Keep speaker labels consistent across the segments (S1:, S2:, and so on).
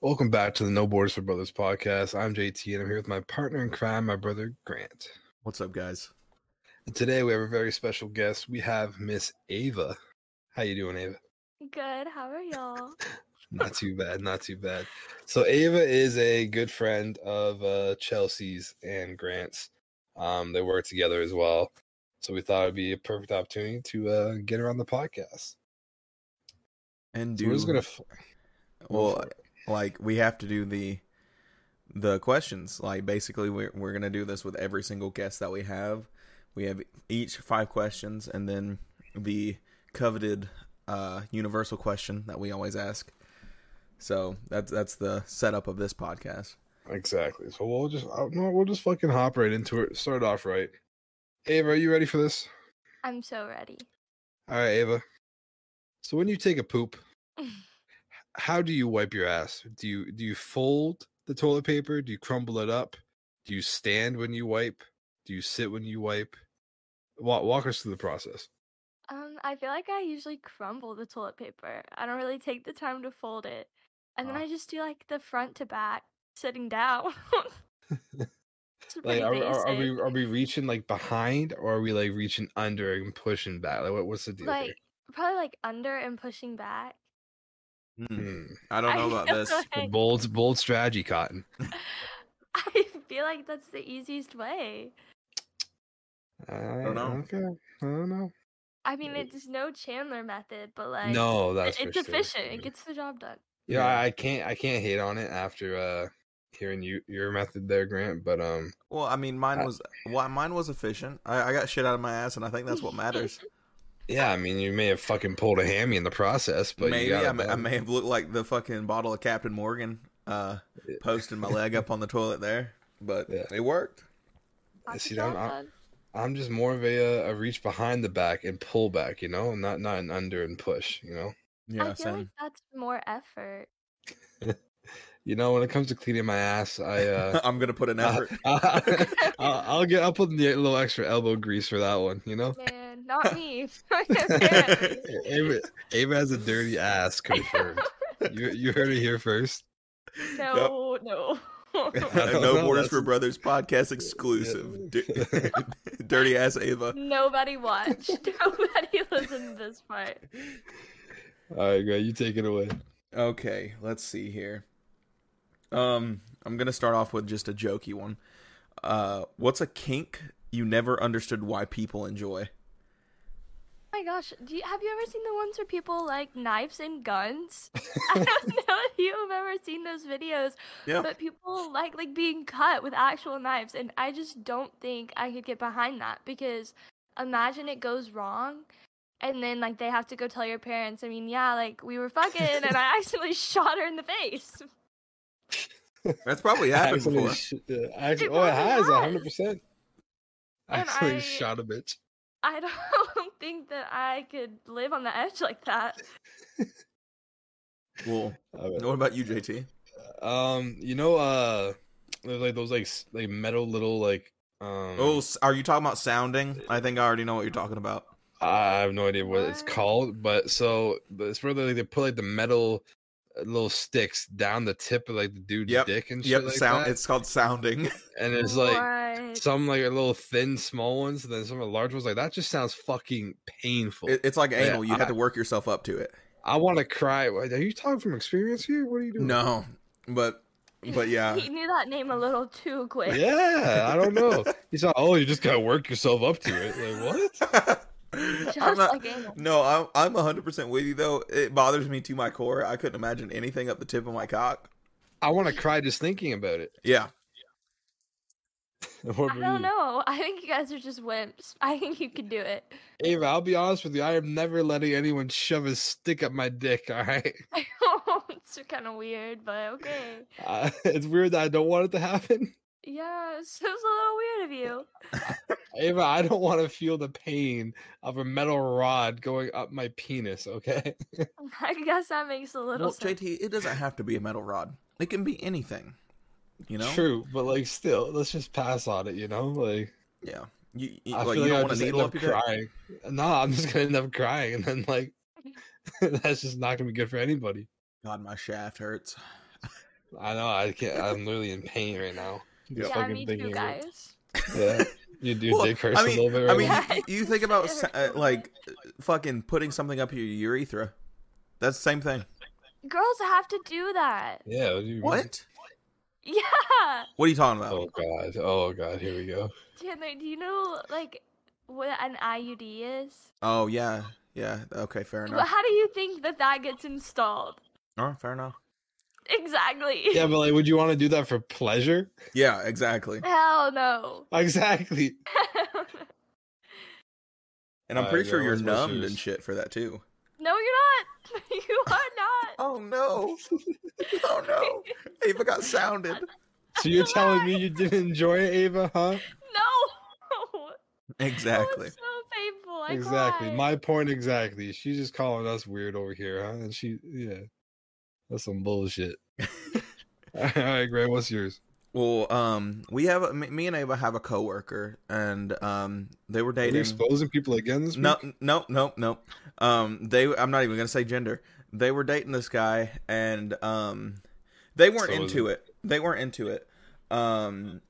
S1: Welcome back to the No Borders for Brothers podcast. I'm JT and I'm here with my partner in crime, my brother Grant.
S2: What's up, guys?
S1: And today we have a very special guest. We have Miss Ava. How you doing, Ava?
S3: Good. How are y'all?
S1: Not too bad, not too bad. So Ava is a good friend of uh, Chelsea's and Grant's. Um, they work together as well. So we thought it'd be a perfect opportunity to uh, get her on the podcast.
S2: And
S1: So
S2: do
S1: we're just gonna f-
S2: well, like we have to do the the questions. Like basically, we're we're gonna do this with every single guest that we have. We have each five questions, and then the coveted uh, universal question that we always ask. So that's that's the setup of this podcast.
S1: exactly. So we'll just I don't know, we'll just fucking hop right into it. Start off right. Ava, are you ready for this?
S3: I'm so ready.
S1: All right, Ava. So when you take a poop, how do you wipe your ass? Do you do you fold the toilet paper? Do you crumble it up? Do you stand when you wipe? Do you sit when you wipe? Walk, walk us through the process.
S3: Um, I feel like I usually crumble the toilet paper. I don't really take the time to fold it. And then
S1: Ah.
S3: I just do like the front to back sitting down. It's
S1: Like,
S3: pretty
S1: are, are, are we
S3: basic.
S1: are we reaching like behind, or are we like reaching under and pushing back? Like, what, what's the deal?
S3: like probably like under and pushing back?
S1: here?
S2: Hmm.
S1: Hmm.
S2: I don't know about
S3: feel
S2: this.
S3: like-
S1: Bold, bold strategy, Cotton.
S3: I feel like that's the easiest way.
S1: I
S2: don't know.
S1: Okay, I don't know.
S3: I mean,
S1: Yeah.
S3: it's no Chandler method, but like
S1: no,
S3: it-
S1: that's for
S3: it's
S1: sure.
S3: efficient. It gets the job done.
S1: Yeah,
S2: Yeah.
S1: I I can't I can't hate on it after uh hearing you your method there, Grant. But um,
S2: Well, I mean, mine
S1: I-
S2: was well, mine was efficient. I, I got shit out of my ass, and I think that's what matters.
S1: yeah, I mean, you may have fucking pulled a hammy in the process, but you
S2: maybe
S1: got it
S2: I, may, I
S1: done.
S2: may have looked like the fucking bottle of Captain Morgan, uh, posting my leg up on the toilet there, but
S1: Yeah.
S2: it worked.
S3: Got the
S1: see, I'm-
S3: job
S1: I'm-
S3: done.
S1: I'm just more of a uh, a reach behind the back and pull back, you know, not not an under and push, you know.
S2: Yeah,
S3: I feel like that's more effort.
S1: You know, when it comes to cleaning my ass, I uh,
S2: I'm gonna put an effort.
S1: I'll, I'll get I'll put in the little extra elbow grease for that one, you know.
S3: Man, not me. Apparently.
S1: Ava, Ava has a dirty ass confirmed. you you heard it here first.
S3: No, no.
S1: I don't
S2: no
S1: know,
S2: borders
S1: that's-
S2: for brothers podcast exclusive. Di- Dirty ass Ava.
S3: Nobody watched. Nobody listened to this part.
S1: All right, Grant, you take it away.
S2: Okay, let's see here. Um, I'm gonna start off with just a jokey one. Uh, what's a kink you never understood why people enjoy?
S3: Oh my gosh, do you, have you ever seen the ones where people like knives and guns? I don't know if you have ever seen those videos,
S2: Yeah.
S3: but people like like being cut with actual knives, and I just don't think I could get behind that because imagine it goes wrong, and then like they have to go tell your parents. I mean, yeah, like we were fucking, and I accidentally shot her in the face.
S2: That's probably happened
S1: Actually,
S2: before.
S1: sh- uh, actually-
S3: It
S1: oh, it
S3: probably
S1: has
S3: has.
S1: hundred percent.
S3: And
S1: Actually,
S3: I-
S1: shot a bitch.
S3: I don't think that I could live on the edge like that.
S2: Well,
S1: All right.
S2: what about you, JT?
S1: Um, you know, uh, there's like those like s- like metal little like um.
S2: Oh, s- are you talking about sounding? I think I already know what you're talking about.
S1: I I have no idea what, it's
S3: What?
S1: called, but so but it's where they, like, they put like the metal uh, little sticks down the tip of like the dude's
S2: Yep.
S1: dick and shit
S2: Yep,
S1: like
S2: sound.
S1: that.
S2: It's called sounding.
S1: and it's like
S3: What?
S1: some like a little thin small ones, and then some of the large ones. Like that just sounds fucking painful.
S2: It- it's like
S1: Yeah,
S2: anal. You
S1: I-
S2: have to work yourself up to it.
S1: I want to cry. Are you talking from experience here? What are you doing?
S2: No, but but yeah,
S3: he knew that name a little too quick.
S1: Yeah, I don't know. He said, "Oh, you just gotta work yourself up to it." Like what?
S2: I'm not,
S3: like anal.
S2: no, I'm I'm 100 percent with you though. It bothers me to my core. I couldn't imagine anything up the tip of my cock.
S1: I want to cry just thinking about it.
S2: Yeah,
S1: What
S3: I
S1: about
S3: don't
S1: you?
S3: know. I think you guys are just wimps. I think you could do it.
S1: Ava. I'll be honest with you. I am never letting anyone shove a stick up my dick. All right,
S3: it's kind of weird, but okay.
S1: uh, it's weird that I don't want it to happen.
S3: Yeah, it's, it was a little weird of you.
S1: Ava, I don't want to feel the pain of a metal rod going up my penis. Okay,
S3: I guess that makes a little
S2: well,
S3: sense.
S2: JT, it doesn't have to be a metal rod. It can be anything. You know.
S1: true, but like still, let's just pass on it. You know, like
S2: Yeah. You, you,
S1: I
S2: like,
S1: feel like
S2: you don't
S1: I'll
S2: want
S1: just
S2: to
S1: end
S2: needle
S1: up
S2: up your dick?
S1: crying. No, I'm just gonna end up crying, and then like that's just not gonna be good for anybody.
S2: God, my shaft hurts.
S1: I know. I can't. I'm literally in pain right now.
S3: Yeah,
S4: You're fucking
S3: me
S4: thinking
S3: too,
S4: of it.
S3: guys.
S1: Yeah, you do
S2: Well,
S1: dick hurts
S2: I mean,
S1: a little bit. Right
S2: I mean,
S1: now.
S3: now.
S2: y- you think about sa- uh, like fucking putting something up your urethra. That's the same thing.
S3: Girls have to do that.
S1: yeah. What? do you mean?
S2: What?
S3: Yeah.
S2: What are you talking about?
S1: Oh god. Oh god. Here we go.
S3: Chandler, do you know like what an IUD is?
S2: Oh yeah, yeah. Okay, fair
S3: But
S2: enough.
S3: how do you think that that gets installed?
S2: Oh, fair enough.
S3: Exactly.
S1: Yeah, but like, would you want to do that for pleasure?
S2: Yeah, exactly.
S3: Hell no.
S1: Exactly.
S2: And I'm
S1: Uh,
S2: pretty sure
S1: yeah,
S2: you're
S1: what's my
S2: numbed
S1: shoes?
S2: and shit for that too.
S3: no, you're not. You are
S2: Oh no! Oh no! I even got sounded.
S1: So you're telling me you didn't enjoy it, Ava? Huh?
S3: not. No.
S2: Exactly.
S3: That was so painful. I
S1: exactly.
S3: cried.
S1: My point exactly. She's just calling us weird over here, huh? And she, yeah, that's some bullshit. All right, Greg, what's yours?
S2: Well, um, we have m- me and Ava have a coworker, and um, they were
S1: Are we
S2: dating.
S1: exposing people again this week?
S2: No, no, no, no. Um, they. I'm not even gonna say gender. They were dating this guy, and um, they weren't
S1: So is
S2: into it. They weren't into it. Um,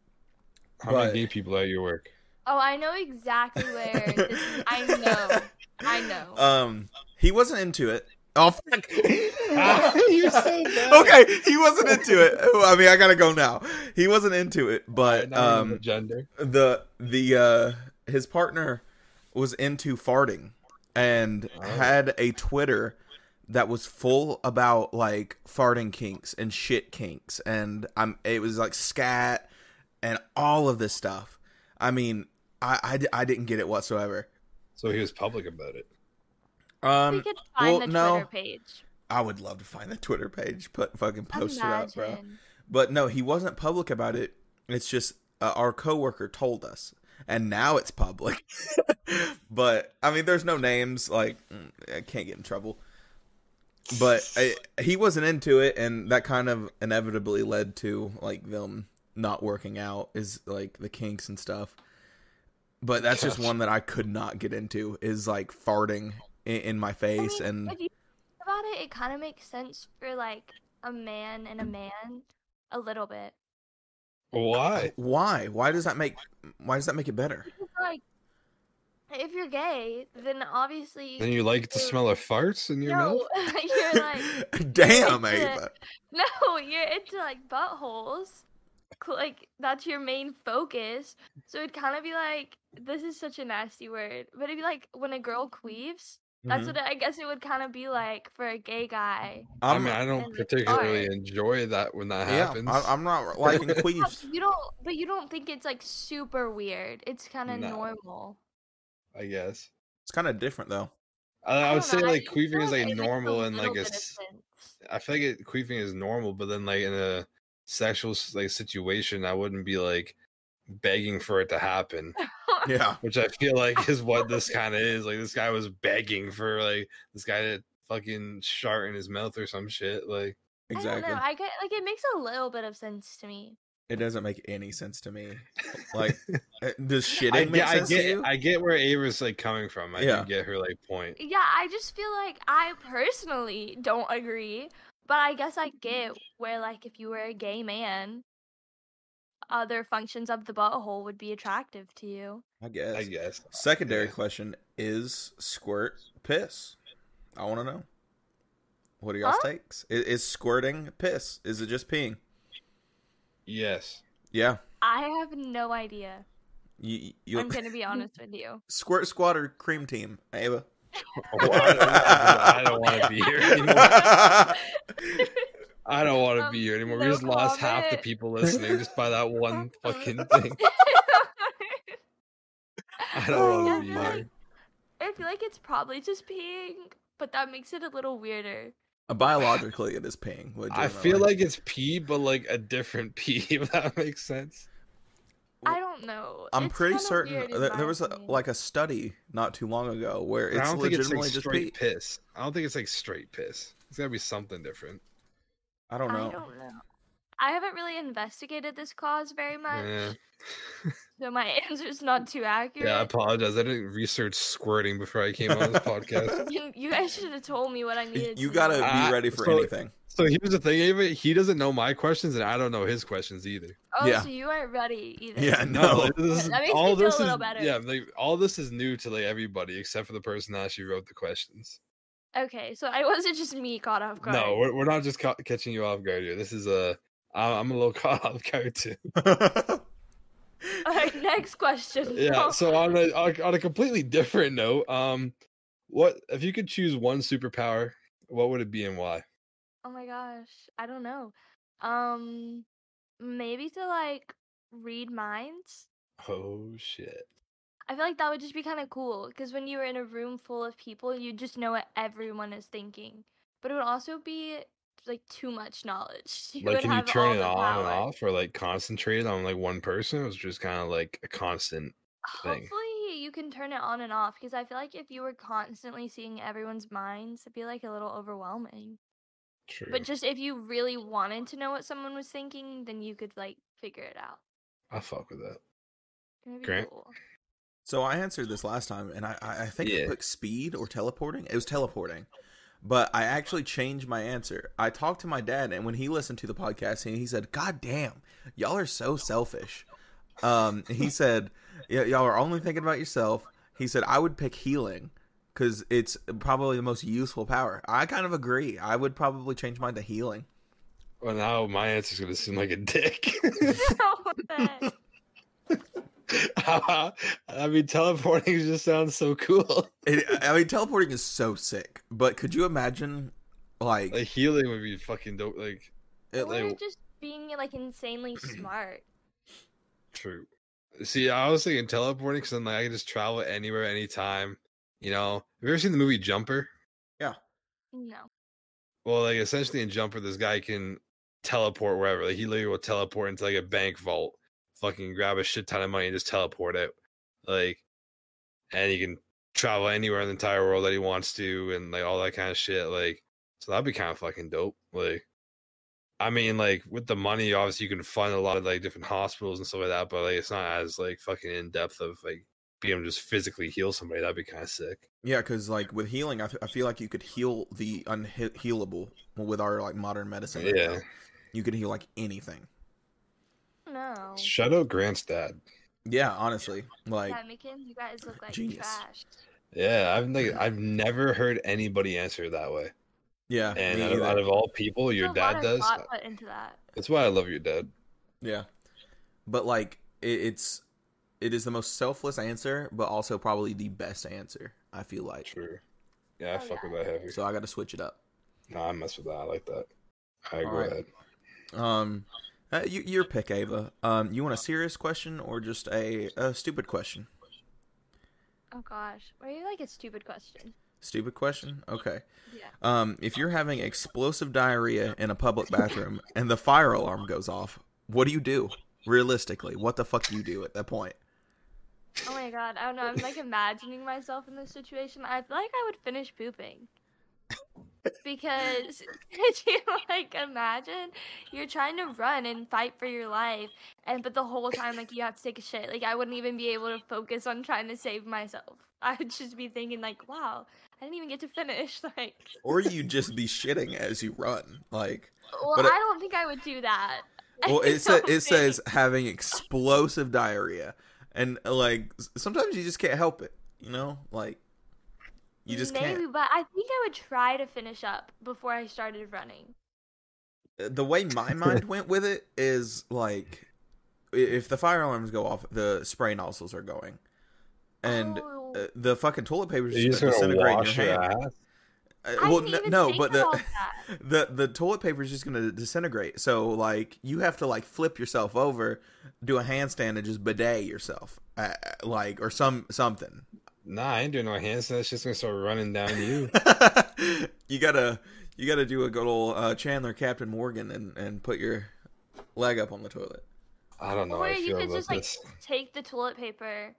S1: How
S2: but-
S1: many gay people at your work?
S3: Oh, I know exactly where. this, I know. I know.
S2: Um, he wasn't into it. Oh fuck!
S1: You're so bad.
S2: Okay, he wasn't into it. Oh, I mean, I gotta go now. He wasn't into it, but
S1: Not even the
S2: um,
S1: gender.
S2: the the uh his partner was into farting and
S1: Oh.
S2: had a Twitter that was full about like farting kinks and shit kinks and I'm it was like scat and all of this stuff. I mean, I I, di- I didn't get it whatsoever.
S1: So he was public about it.
S3: we
S2: Um,
S3: could find
S2: well,
S3: the
S2: no.
S3: Twitter page.
S2: I would love to find the Twitter page, put fucking post it up, bro.
S3: Imagine.
S2: But no, he wasn't public about it. It's just uh, our coworker told us, and now it's public. but I mean, there's no names. Like, mm, I can't get in trouble. But I, he wasn't into it, and that kind of inevitably led to like them not working out, is like the kinks and stuff. But that's just
S1: Gosh.
S2: one that I could not get into. Is like farting in, in my
S3: I
S2: face,
S3: mean,
S2: and
S3: if you think about it, it kind of makes sense for like a man and a man a little bit.
S1: Why?
S2: why? Why does that make? Why does that make it better?
S3: Because, like, if you're gay, then obviously
S1: Then you like the smell of farts in your mouth?
S3: no, you're like
S2: Damn,
S3: Like,
S2: Ava.
S3: No, you're into like buttholes. Cl- Like that's your main focus. So it'd kind of be like this is such a nasty word, but it'd be like when a girl queeves. That's
S1: Mm-hmm.
S2: Mhm.
S3: what I guess it would kind of be like for a gay guy.
S1: I
S2: I'm,
S1: mean, I
S3: and
S1: don't
S3: the
S1: particularly
S3: fart.
S1: enjoy that when that
S2: yeah,
S1: happens.
S2: I, am not liking
S3: Yeah,
S2: queefs.
S3: You don't, but you don't think it's like super weird. It's kind of
S1: No.
S3: normal.
S1: I guess.
S2: It's kind of different though.
S1: I, I,
S3: don't
S1: would say
S3: know, I-
S1: like
S3: I
S1: queefing
S3: feel
S1: is
S3: like
S1: like
S3: it makes a
S1: normal and
S3: little
S1: like
S3: bit of
S1: it's.
S3: sense.
S1: I feel like it, queefing is normal, but then like in a sexual s- like situation, I wouldn't be like begging for it to happen,
S2: Yeah,
S1: which I feel like is what this kind of is. Like this guy was begging for like this guy to fucking shart in his mouth or some shit. Like
S3: I don't
S2: exactly.
S3: know. I get like it makes a little bit of sense to me.
S2: It doesn't make any sense to me. Like, uh, does shitting
S1: I,
S2: make
S1: get, I
S2: sense to
S1: get,
S2: you?
S1: I get where Ava's like coming from. I
S2: Yeah.
S1: do get her like point.
S3: Yeah, I just feel like I personally don't agree, but I guess I get
S2: Mm.
S3: where like if you were a gay man, other functions of the butthole would be attractive to you.
S2: I guess.
S1: I guess.
S2: Secondary
S1: Yeah.
S2: question is squirt piss. I want to know. What are y'all's
S3: Huh?
S2: takes? Is, is squirting piss? Is it just peeing?
S1: Yes.
S2: Yeah.
S3: I have no idea.
S2: You, you
S3: I'm gonna be honest with you.
S2: squirt squatter cream team, Ava.
S1: Oh, I, I don't want to be here anymore. I don't want to
S3: Um,
S1: be here anymore. we
S3: no
S1: just lost half the
S3: comment.
S1: people listening just by that one fucking thing. I don't want to be
S3: Oh, Yeah,
S1: here.
S3: I feel like it's probably just peeing, but that makes it a little weirder.
S2: Biologically, it is peeing.
S1: I feel like it's pee, but like a different pee, if that makes sense.
S3: I don't know.
S2: I'm
S3: It's
S2: pretty
S3: kinda
S2: certain
S3: weird in
S2: th-
S3: my
S2: there was a,
S3: opinion.
S2: like a study not too long ago where
S1: I
S2: it's
S1: don't think it's
S2: legitimately
S1: like
S2: just
S1: straight
S2: pee.
S1: piss. I don't think it's like straight piss. It's gotta be something different.
S2: I don't know.
S3: I don't know. I haven't really investigated this cause very much.
S1: Yeah.
S3: so my answer's not too accurate.
S1: Yeah, I apologize. I didn't research squirting before I came on this podcast.
S3: you, you guys should have told me what I needed.
S2: You
S3: to
S2: gotta
S3: know.
S1: Ah,
S2: be ready for
S1: so-
S2: anything.
S1: So here's the thing, Ava. He doesn't know my questions, and I don't know his questions either.
S3: Oh,
S2: yeah.
S3: so you aren't ready either.
S2: Yeah,
S1: No,
S2: no.
S1: this is,
S3: That makes me
S1: all
S3: feel a
S1: this
S3: little
S1: is
S3: better.
S1: yeah, like, all this is new to like everybody except for the person that actually wrote the questions.
S3: Okay, so I wasn't just me caught off guard.
S1: No, we're, we're not just ca- catching you off guard here. This is a I- I'm a little caught off guard too.
S3: All right, next question.
S1: Yeah.
S3: No.
S1: So on a on a- on a completely different note, um, what if you could choose one superpower? What would it be and why?
S3: Oh my gosh, I don't know. Um, maybe to like read minds.
S1: Oh shit!
S3: I feel like that would just be kind of cool because when you were in a room full of people, you just know what everyone is thinking. But it would also be like too much knowledge. You
S1: Like,
S3: would
S1: can you
S3: have
S1: turn
S3: all
S1: it
S3: the
S1: on and
S3: power.
S1: off, or like concentrate on like one person? It was just kind of like a constant. thing.
S3: Hopefully, you can turn it on and off because I feel like if you were constantly seeing everyone's minds, it'd be like a little overwhelming.
S1: True.
S3: But just if you really wanted to know what someone was thinking, then you could like figure it out.
S1: I fuck with that.
S3: It'd be
S1: Grant?
S3: cool.
S2: So I answered this last time, and I, I I think I
S1: Yeah.
S2: put speed or teleporting. It was teleporting, but I actually changed my answer. I talked to my dad, and when he listened to the podcast, and he said, "God damn, y'all are so selfish." Um, he said, "Y- "Y'all are only thinking about yourself." He said, "I would pick healing because it's probably the most useful power." I kind of agree. I would probably change mine to healing.
S1: Well, now my answer's gonna seem like a dick.
S3: What the heck?
S1: I mean, teleporting just sounds so cool.
S2: It, I mean, teleporting is so sick, but could you imagine, like,
S1: Like healing would be fucking dope. Like
S2: it-
S3: Or
S1: like-
S3: just being like insanely smart.
S1: True. See, I was thinking teleporting because I'm like, I can just travel anywhere, anytime. You know, have you ever seen the movie Jumper?
S3: No.
S1: Well, like essentially in Jumper, this guy can teleport wherever. Like he literally will teleport into like a bank vault, fucking grab a shit ton of money and just teleport it. Like, and he can travel anywhere in the entire world that he wants to, and like all that kind of shit. Like, so that'd be kind of fucking dope. Like, I mean, like with the money, obviously you can fund a lot of like different hospitals and stuff like that. But like, it's not as like fucking in depth of like being able to just physically heal somebody. That'd be kind of sick.
S2: Yeah, because like with healing, I, th- I feel like you could heal the unhealable with our like modern medicine. right
S1: Yeah.
S2: now. you could heal like anything.
S3: No.
S1: Shout out Grant's dad.
S2: Yeah, honestly, like
S3: yeah, Mickens, you guys look like
S2: genius.
S3: trash.
S1: Yeah, I've
S2: Mm.
S1: like I've never heard anybody answer it that way.
S2: yeah,
S1: And
S2: Uh, me
S1: out of,
S2: either.
S1: out of all people, your
S3: There's a lot
S1: dad
S3: of
S1: does. Uh
S3: thought put into that.
S1: That's why I love your dad.
S2: yeah, but like it, it's it is the most selfless answer, but also probably the best answer. I feel like
S1: True. Yeah, I
S3: Oh,
S1: fuck
S3: yeah.
S1: with that heavy.
S2: so I got to switch it up.
S1: nah, I mess with that. I like that. I go
S2: Alright.
S1: ahead.
S2: Um, uh, you, your pick, Ava. Um, you want a serious question or just a, a stupid question?
S3: Oh gosh, were you like a stupid question?
S2: Stupid question. Okay.
S3: Yeah.
S2: Um, if you're having explosive diarrhea in a public bathroom and the fire alarm goes off, what do you do? Realistically, what the fuck do you do at that point?
S3: Oh my god, I don't know. I'm like imagining myself in this situation. I feel like I would finish pooping. Because could you like imagine you're trying to run and fight for your life and but the whole time like you have to take a shit. Like I wouldn't even be able to focus on trying to save myself. I would just be thinking like, wow, I didn't even get to finish. Like
S2: Or you just be shitting as you run. Like,
S3: well,
S2: But it-
S3: I don't think I would do that. I
S2: well, it, sa-
S3: don't
S2: it
S3: think-
S2: says having explosive diarrhea, and like s- sometimes you just can't help it. You know, like you just
S3: Maybe,
S2: can't.
S3: but I think I would try to finish up before I started running.
S2: Uh, The way my mind went with it is like, i- if the fire alarms go off, the spray nozzles are going, and.
S3: Oh.
S2: uh, the fucking toilet paper
S1: Are you
S2: is
S1: just
S2: just
S1: gonna
S2: disintegrate in your
S1: wash your,
S2: hand.
S1: ass?
S2: Uh,
S3: I
S2: well,
S3: didn't
S2: no,
S3: even
S2: no,
S3: think
S2: but the,
S3: about that.
S2: the the toilet paper is just gonna disintegrate. So like you have to like flip yourself over, do a handstand, and just bidet yourself, uh, like or some something.
S1: Nah, I ain't doing no hands. That's just gonna start running down you.
S2: you gotta you gotta do a good old uh, Chandler Captain Morgan and and put your leg up on the toilet.
S1: I don't know.
S3: or
S1: how I
S3: you
S1: feel
S3: could
S1: about
S3: just like
S1: this.
S3: take the toilet paper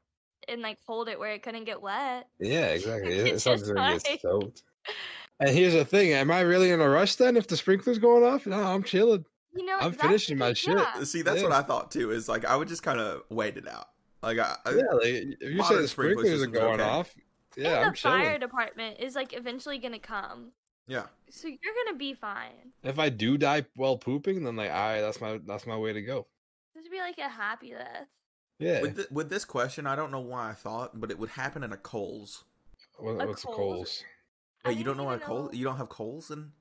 S3: and like hold it where it couldn't get wet.
S1: Yeah, exactly. It,
S3: It's
S1: sounds
S3: just
S1: gonna get
S3: like-
S1: soaked. And here's the thing: Am I really in a rush then? If the sprinklers going off, no, I'm chilling.
S3: You know,
S1: I'm
S3: exactly-
S1: finishing my shit.
S3: yeah.
S2: See, that's
S1: Yeah.
S2: what I thought too. Is like I would just kind of wait it out. Like I, I
S1: Yeah, like, if you say
S2: modern
S1: the
S2: sprinkler
S1: sprinklers are
S2: systems are
S1: going
S2: okay.
S1: off, yeah,
S3: and
S1: I'm
S3: the fire
S1: chilling.
S3: department is like eventually gonna come,
S2: yeah.
S3: so you're gonna be fine.
S1: If I do die while pooping, then like, all right, that's my that's my way to go.
S3: This would be like a happy death.
S1: Yeah,
S2: With, thi- with this question, I don't know why I thought, but it would happen at a Coles.
S1: What-
S3: A
S1: what's the
S3: Coles?
S1: Coles?
S3: I
S2: Wait, you don't
S3: didn't
S2: know what
S3: even
S2: Coles?
S3: know.
S2: You don't have Coles in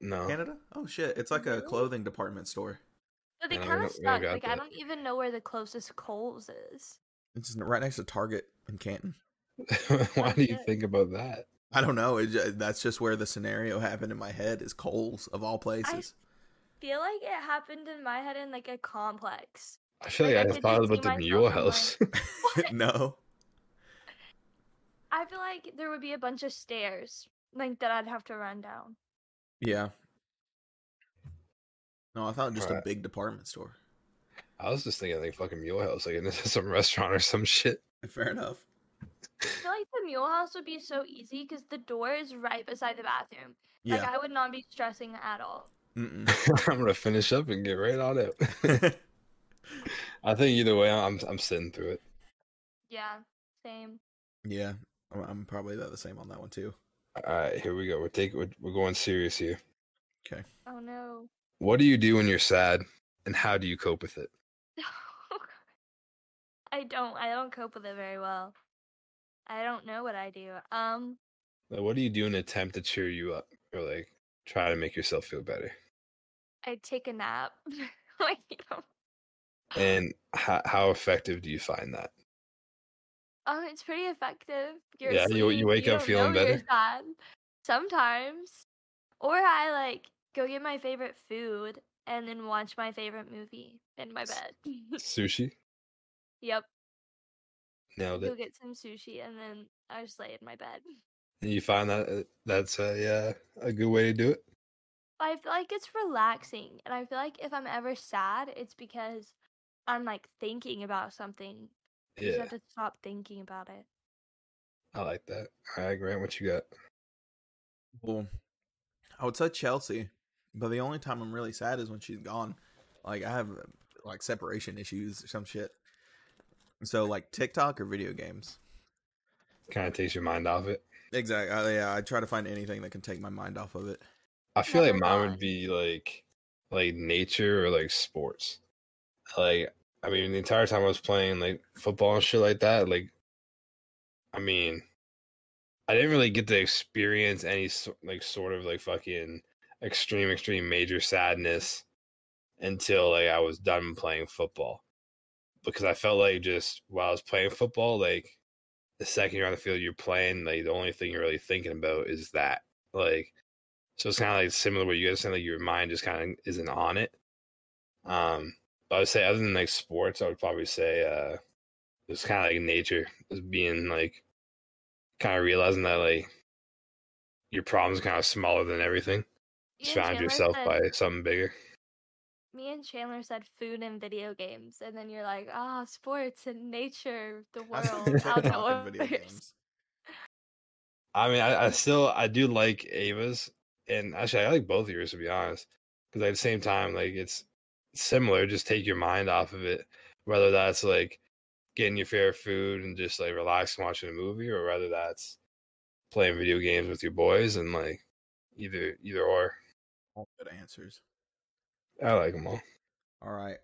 S1: No,
S2: Canada? Oh shit! It's like a
S3: No.
S2: clothing department store.
S3: But they
S1: Yeah, we
S3: kind
S1: don't-
S3: of
S1: we don't
S3: suck.
S1: got
S3: Like I
S1: that.
S3: don't even know where the closest Coles is.
S2: It's just right next to Target in Canton.
S1: why do you
S3: shit.
S1: think about that?
S2: I don't know. It ju- that's just where the scenario happened in my head. Is Coles of all places?
S3: Feel like it happened in my head in like a complex.
S1: I feel like,
S3: Like, I
S1: I
S3: could
S1: just thought
S3: just
S1: about
S3: see
S1: the Mule House.
S3: myself What?
S2: no.
S3: I feel like there would be a bunch of stairs like that I'd have to run down.
S2: Yeah. No, I thought just a
S1: Alright.
S2: big department store.
S1: I was just thinking like fucking Mule House, like and this is some restaurant or some shit.
S2: Fair enough.
S3: I feel like the mule house would be so easy because the door is right beside the bathroom. Like
S2: Yeah.
S3: I would not be stressing at all.
S2: Mm-mm.
S1: I'm gonna finish up and get right on it. I think either way, I'm I'm sitting through it.
S3: Yeah, same.
S2: yeah, I'm, I'm probably about the same on that one too.
S1: All right, here we go. We're taking we're, we're going serious here.
S3: Oh no.
S1: What do you do when you're sad, and how do you cope with it?
S3: Oh, I don't. I don't cope with it very well. I don't know what I do. Um,
S1: Like, what do you do in an attempt to cheer you up, or like try to make yourself feel better?
S3: I take a nap. like, you know.
S1: And how, how effective do you find that?
S3: Oh, it's pretty effective. You're
S1: Yeah, you- you
S3: asleep,
S1: wake up
S3: don't
S1: feeling
S3: know you're
S1: better.
S3: sad Sometimes. Or I like go get my favorite food and then watch my favorite movie in my
S1: S-
S3: bed.
S1: Sushi
S3: yep.
S1: nailed
S3: Go
S1: it.
S3: get some sushi and then I just lay in my bed.
S1: And you find that uh, that's a yeah a good way to do it.
S3: I feel like it's relaxing. And I feel like if I'm ever sad, it's because I'm like thinking about something. You just
S1: Yeah,
S3: have to stop thinking about it.
S1: I like that. All right, Grant, what you got?
S2: Well, I would say Chelsea, but the only time I'm really sad is when she's gone. Like I have uh, like separation issues or some shit. So like TikTok or video games.
S1: Kind of takes your mind off it.
S2: Exactly. Uh, yeah, I try to find anything that can take my mind off of it.
S1: I feel like
S3: Never
S1: mine
S3: mind.
S1: would be like like nature or like sports. Like I mean the entire time I was playing like football and shit like that, like I mean I didn't really get to experience any so- like sort of like fucking extreme extreme major sadness until like I was done playing football. Because I felt like just while I was playing football, like the second you're on the field you're playing, like the only thing you're really thinking about is that. Like so it's kind of like similar what you guys saying, like your mind just kind of isn't on it. Um, but I would say other than like sports, I would probably say uh, it's kind of like nature is being like kind of realizing that like your problems kind of smaller than everything.
S3: Me and
S1: Surround
S3: Chandler
S1: yourself
S3: said-
S1: by something bigger.
S3: Me and Chandler said food and video games, and then you're like, ah, sports and nature, the
S2: I said
S3: world,
S2: TikTok and
S3: outdoors.
S1: I mean, I, I still I do like Ava's, and actually I like both of yours to be honest, because at the same time, like it's similar. Just take your mind off of it, whether that's like getting your favorite food and just like relaxing watching a movie, or whether that's playing video games with your boys and like either either or.
S2: All good answers.
S1: I like them all.
S2: All right.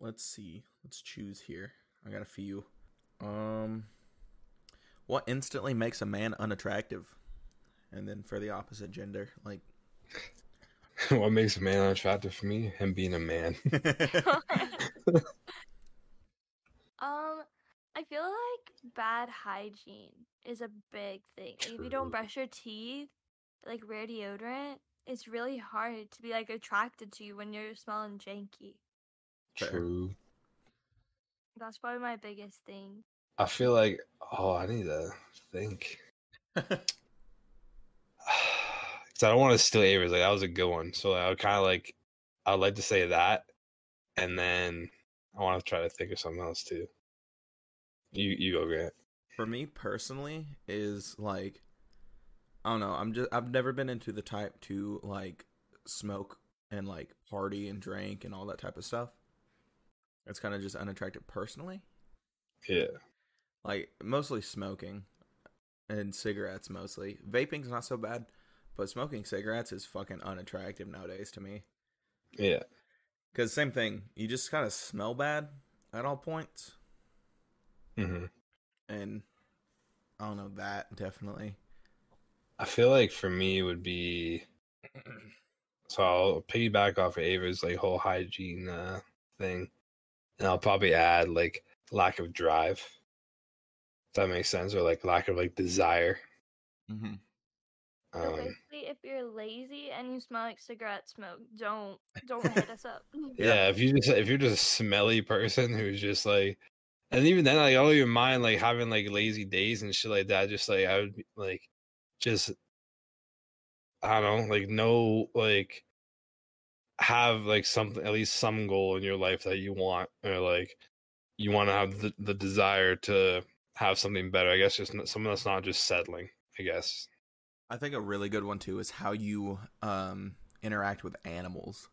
S2: Let's see. Let's choose here. I got a few. Um what instantly makes a man unattractive? And then for the opposite gender, like
S1: what makes a man unattractive for me? Him being a man.
S3: um, I feel like bad hygiene is a big thing. and If you don't
S1: True.
S3: brush your teeth, like wear deodorant, it's really hard to be like attracted to you when you're smelling janky.
S2: Fair.
S1: True.
S3: That's probably my biggest thing.
S1: I feel like oh, I need to think. because I don't want to steal Avers. Like that was a good one. So like, I would kind of like I'd like to say that, and then I want to try to think of something else too. You you go Grant.
S2: for me personally is like I don't know, I'm just I've never been into the type to like smoke and like party and drink and all that type of stuff. It's kind of just unattractive personally.
S1: Yeah.
S2: Like mostly smoking and cigarettes mostly. Vaping's not so bad, but smoking cigarettes is fucking unattractive nowadays to me.
S1: Yeah.
S2: Cuz same thing, you just kind of smell bad at all points
S1: hmm
S2: and I don't know that definitely.
S1: I feel like for me it would be so I'll piggyback off of Ava's like whole hygiene uh, thing, and I'll probably add like lack of drive. If that makes sense, or like lack of like desire.
S2: Mm-hmm.
S3: So
S1: Um,
S3: basically, if you're lazy and you smell like cigarette smoke, don't don't hit us up.
S1: yeah. if you just if you're just a smelly person who's just like, and even then, like I don't even mind like having like lazy days and shit like that. Just like I would like, just I don't know, like no like have like something at least some goal in your life that you want or like you want to have the, the desire to have something better. I guess just n- something that's not just settling. I guess.
S2: I think a really good one too is how you um interact with animals.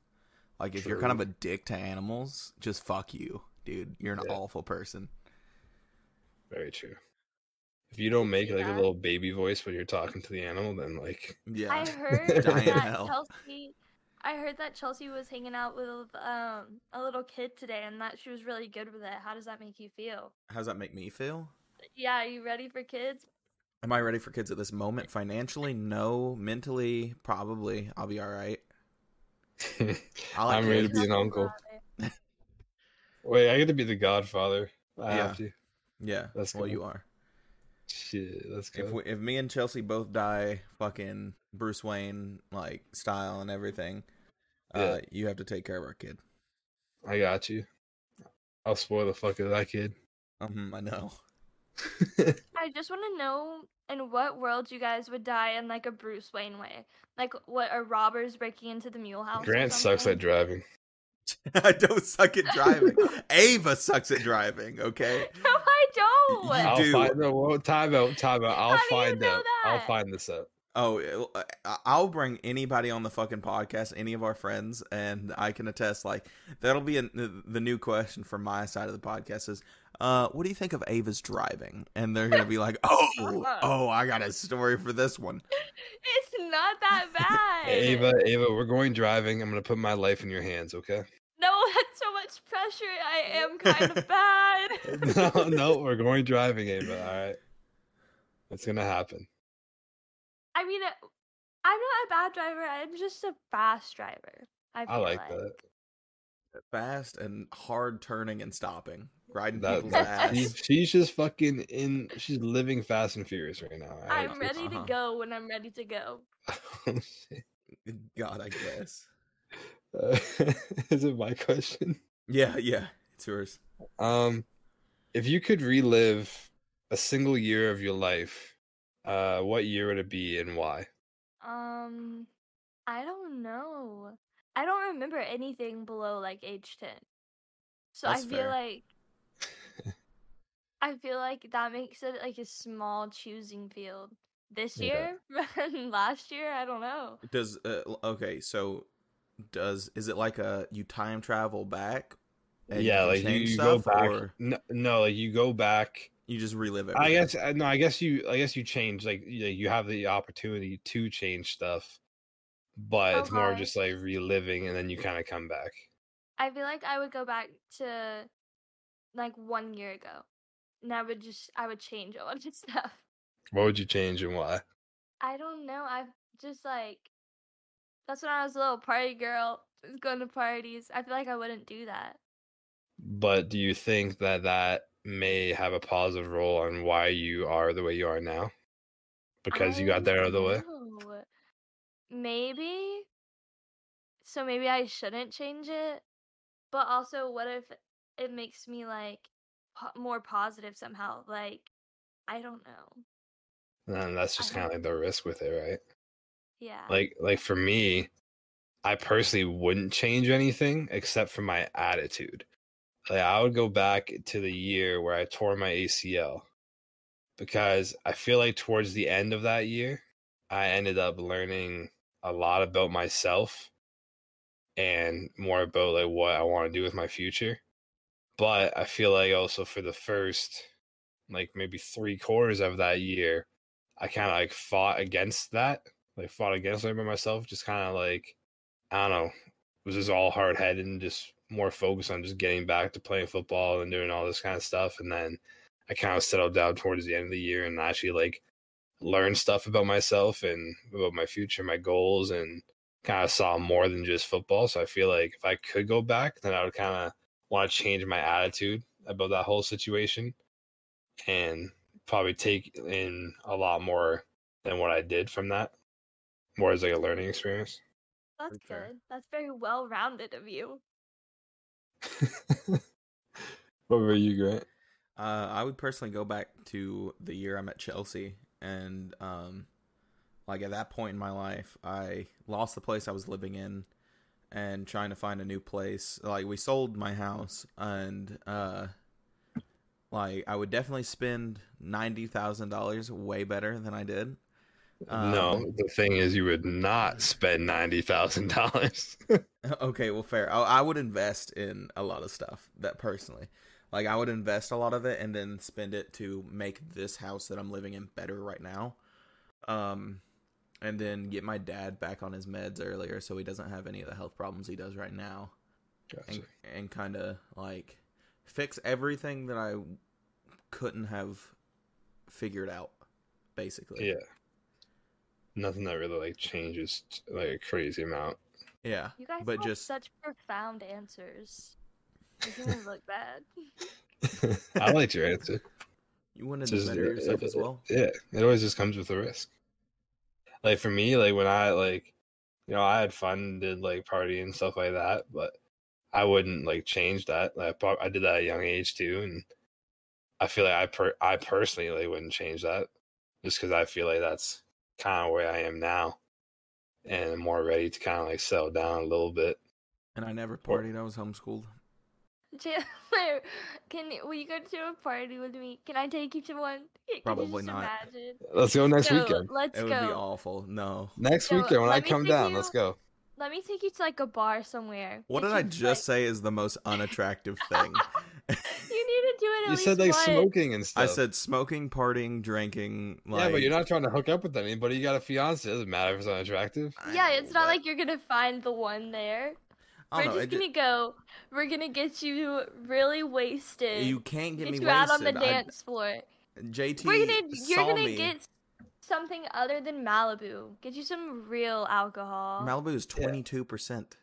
S2: Like if you're kind of a dick to animals, just fuck you, dude. You're an
S1: Yeah.
S2: awful person.
S1: Very true. If you don't make
S3: see
S1: like a
S3: that.
S1: little baby voice when you're talking to the animal, then like
S2: Yeah.
S3: I heard
S2: Die in
S3: that
S2: hell.
S3: Chelsea. I heard that Chelsea was hanging out with um a little kid today, and that she was really good with it. How does that make you feel?
S2: How does that make me feel?
S3: Yeah, are you ready for kids?
S2: Am I ready for kids at this moment? Financially, no. Mentally, probably. I'll be all right. I like
S1: I'm ready to
S2: kids.
S1: be an uncle. Wait, I get to be the godfather. I
S2: Yeah.
S1: have to.
S2: Yeah,
S1: That's
S2: well,
S1: cool.
S2: you are.
S1: Shit, let's go.
S2: If we, if me and Chelsea both die, fucking Bruce Wayne like style and everything, uh, you have to take care of our kid.
S1: I got you. I'll spoil the fuck out of that kid.
S2: Um, I know.
S3: I just want to know in what world you guys would die in like a Bruce Wayne way. Like, what are robbers breaking into the mule house? or
S1: Grant sucks at
S3: something?
S1: driving.
S2: I don't suck at driving. Ava sucks at driving. Okay.
S3: no, I don't.
S2: You
S1: I'll
S2: do.
S1: find out. Well, time out. Time out. I'll
S3: How do you
S1: find
S3: know
S1: out. I'll
S3: that?
S1: find this out.
S2: Oh, it'll- I- I'll bring anybody on the fucking podcast, any of our friends, and I can attest. Like that'll be a, the the new question from my side of the podcast is, uh, what do you think of Ava's driving? And they're gonna be like, oh, oh, I got a story for this one.
S3: It's not that bad.
S1: Ava, Ava, we're going driving. I'm gonna put my life in your hands. Okay?
S3: No, that's so much pressure. I am kind of bad.
S1: no, no, we're going driving, Ava. All right. It's gonna happen.
S3: I mean, uh, I'm not a bad driver. I'm just a fast driver. I,
S1: I
S3: feel
S1: like that.
S2: Fast and hard turning and stopping, riding
S1: That,
S2: people's
S1: that- she-
S2: ass.
S1: she's just fucking in. She's living Fast and Furious right now. all right?
S3: I'm ready
S2: Uh-huh.
S3: to go when I'm ready to go.
S1: Shit.
S2: God, I guess.
S1: Uh, is it my question?
S2: Yeah, yeah, it's yours.
S1: Um, if you could relive a single year of your life, uh, what year would it be and why?
S3: Um, I don't know. I don't remember anything below like age 10. So I
S2: That's
S3: feel
S2: fair.
S3: like I feel like that makes it like a small choosing field. This
S1: Yeah.
S3: year, and last year, I don't know.
S2: Does uh, l- okay? So does is it like a you time travel back?
S1: yeah,
S2: can
S1: like you,
S2: change
S1: you go
S2: stuff,
S1: back.
S2: or
S1: No, no, like you go back.
S2: you just relive it.
S1: I guess uh, no. I guess you. I guess you change. Like you, you have the opportunity to change stuff, but it's more
S3: Okay.
S1: just like reliving, and then you kind of come back.
S3: I feel like I would go back to like one year ago, and I would just I would change a bunch of stuff.
S1: What would you change and why?
S3: I don't know. I've just like that's when I was a little party girl, was going to parties. I feel like I wouldn't do that.
S1: But do you think that that may have a positive role on why you are the way you are now? Because you
S3: I
S1: got that out
S3: don't
S1: of the way.
S3: know. Maybe. So maybe I shouldn't change it, but also, what if it makes me like po- more positive somehow? Like, I don't know.
S1: And that's just
S3: I
S1: kind of
S3: don't-
S1: like the risk with it, right?
S3: Yeah.
S1: Like like for me, I personally wouldn't change anything except for my attitude. Like I would go back to the year where I tore my ACL because I feel like towards the end of that year, I ended up learning a lot about myself and more about like what I want to do with my future. But I feel like also for the first like maybe three quarters of that year, I kind of like fought against that. Like fought against it by myself, just kind of like I don't know, was just all hard headed and just more focused on just getting back to playing football and doing all this kind of stuff. And then I kind of settled down towards the end of the year and actually like learned stuff about myself and about my future, my goals, and kind of saw more than just football. So I feel like if I could go back, then I would kind of want to change my attitude about that whole situation and probably take in a lot more than what I did from that, more as like a learning experience.
S3: That's
S1: Okay.
S3: good. That's very well rounded of you.
S1: what about you, Grant?
S2: Uh, I would personally go back to the year I'm at Chelsea, and um, like at that point in my life, I lost the place I was living in, and trying to find a new place. Like we sold my house, and uh, like I would definitely spend ninety thousand dollars way better than I did. Um,
S1: no, the thing is, you would not spend ninety thousand dollars.
S2: Okay, well, fair. I, I would invest in a lot of stuff that personally, like I would invest a lot of it and then spend it to make this house that I'm living in better right now, um, and then get my dad back on his meds earlier so he doesn't have any of the health problems he does right now, and and kind of like fix everything that I couldn't have figured out, basically.
S1: Yeah, nothing that really like changes t- like a crazy amount.
S2: yeah.
S3: You guys
S2: But
S3: have
S2: just-
S3: such profound answers. Making them look bad.
S1: I liked your answer.
S2: You wanted
S1: Just-
S2: to better yourself as well.
S1: Yeah, it always just comes with a risk. Like for me, like when I like, you know, I had fun, did like party and stuff like that, but I wouldn't like change that. Like, I, prob- I did that at a young age too, and I feel like I per I personally like, wouldn't change that, just because I feel like that's kind of where I am now, and I'm more ready to kind of like settle down a little bit.
S2: And I never partied. I was homeschooled.
S3: Chandler, can will you go to a party with me? Can I take you to one? Can you
S2: Probably
S3: just
S2: not.
S3: Imagine?
S1: Let's go Oh, next
S3: So,
S1: weekend.
S3: Let's
S2: it would be
S3: go.
S2: awful. No.
S1: Next
S3: so
S1: weekend when
S3: let
S1: I
S3: me
S1: come
S3: take
S1: down,
S3: you-
S1: let's go.
S3: Let me take you to like a bar somewhere.
S2: What
S3: that
S2: did I
S3: you, like-
S2: just say is the most unattractive thing?
S3: you need to do it. At
S1: You said like
S3: least once.
S1: smoking and stuff.
S2: I said smoking, partying, drinking. Like,
S1: yeah, but you're not trying to hook up with anybody. You got a fiance. It doesn't matter if it's unattractive.
S2: I
S3: Yeah,
S2: know,
S3: it's not
S2: but-
S3: like you're gonna find the one there.
S2: I
S3: We're
S2: don't know,
S3: just
S2: it ju-
S3: gonna go. We're gonna get you really wasted.
S2: You can't get
S3: get
S2: me
S3: you
S2: wasted.
S3: out on the
S2: I-
S3: dance floor.
S2: JT
S3: We're gonna. You're
S2: saw
S3: gonna
S2: me.
S3: get something other than Malibu. Get you some real alcohol.
S2: Malibu is twenty two percent.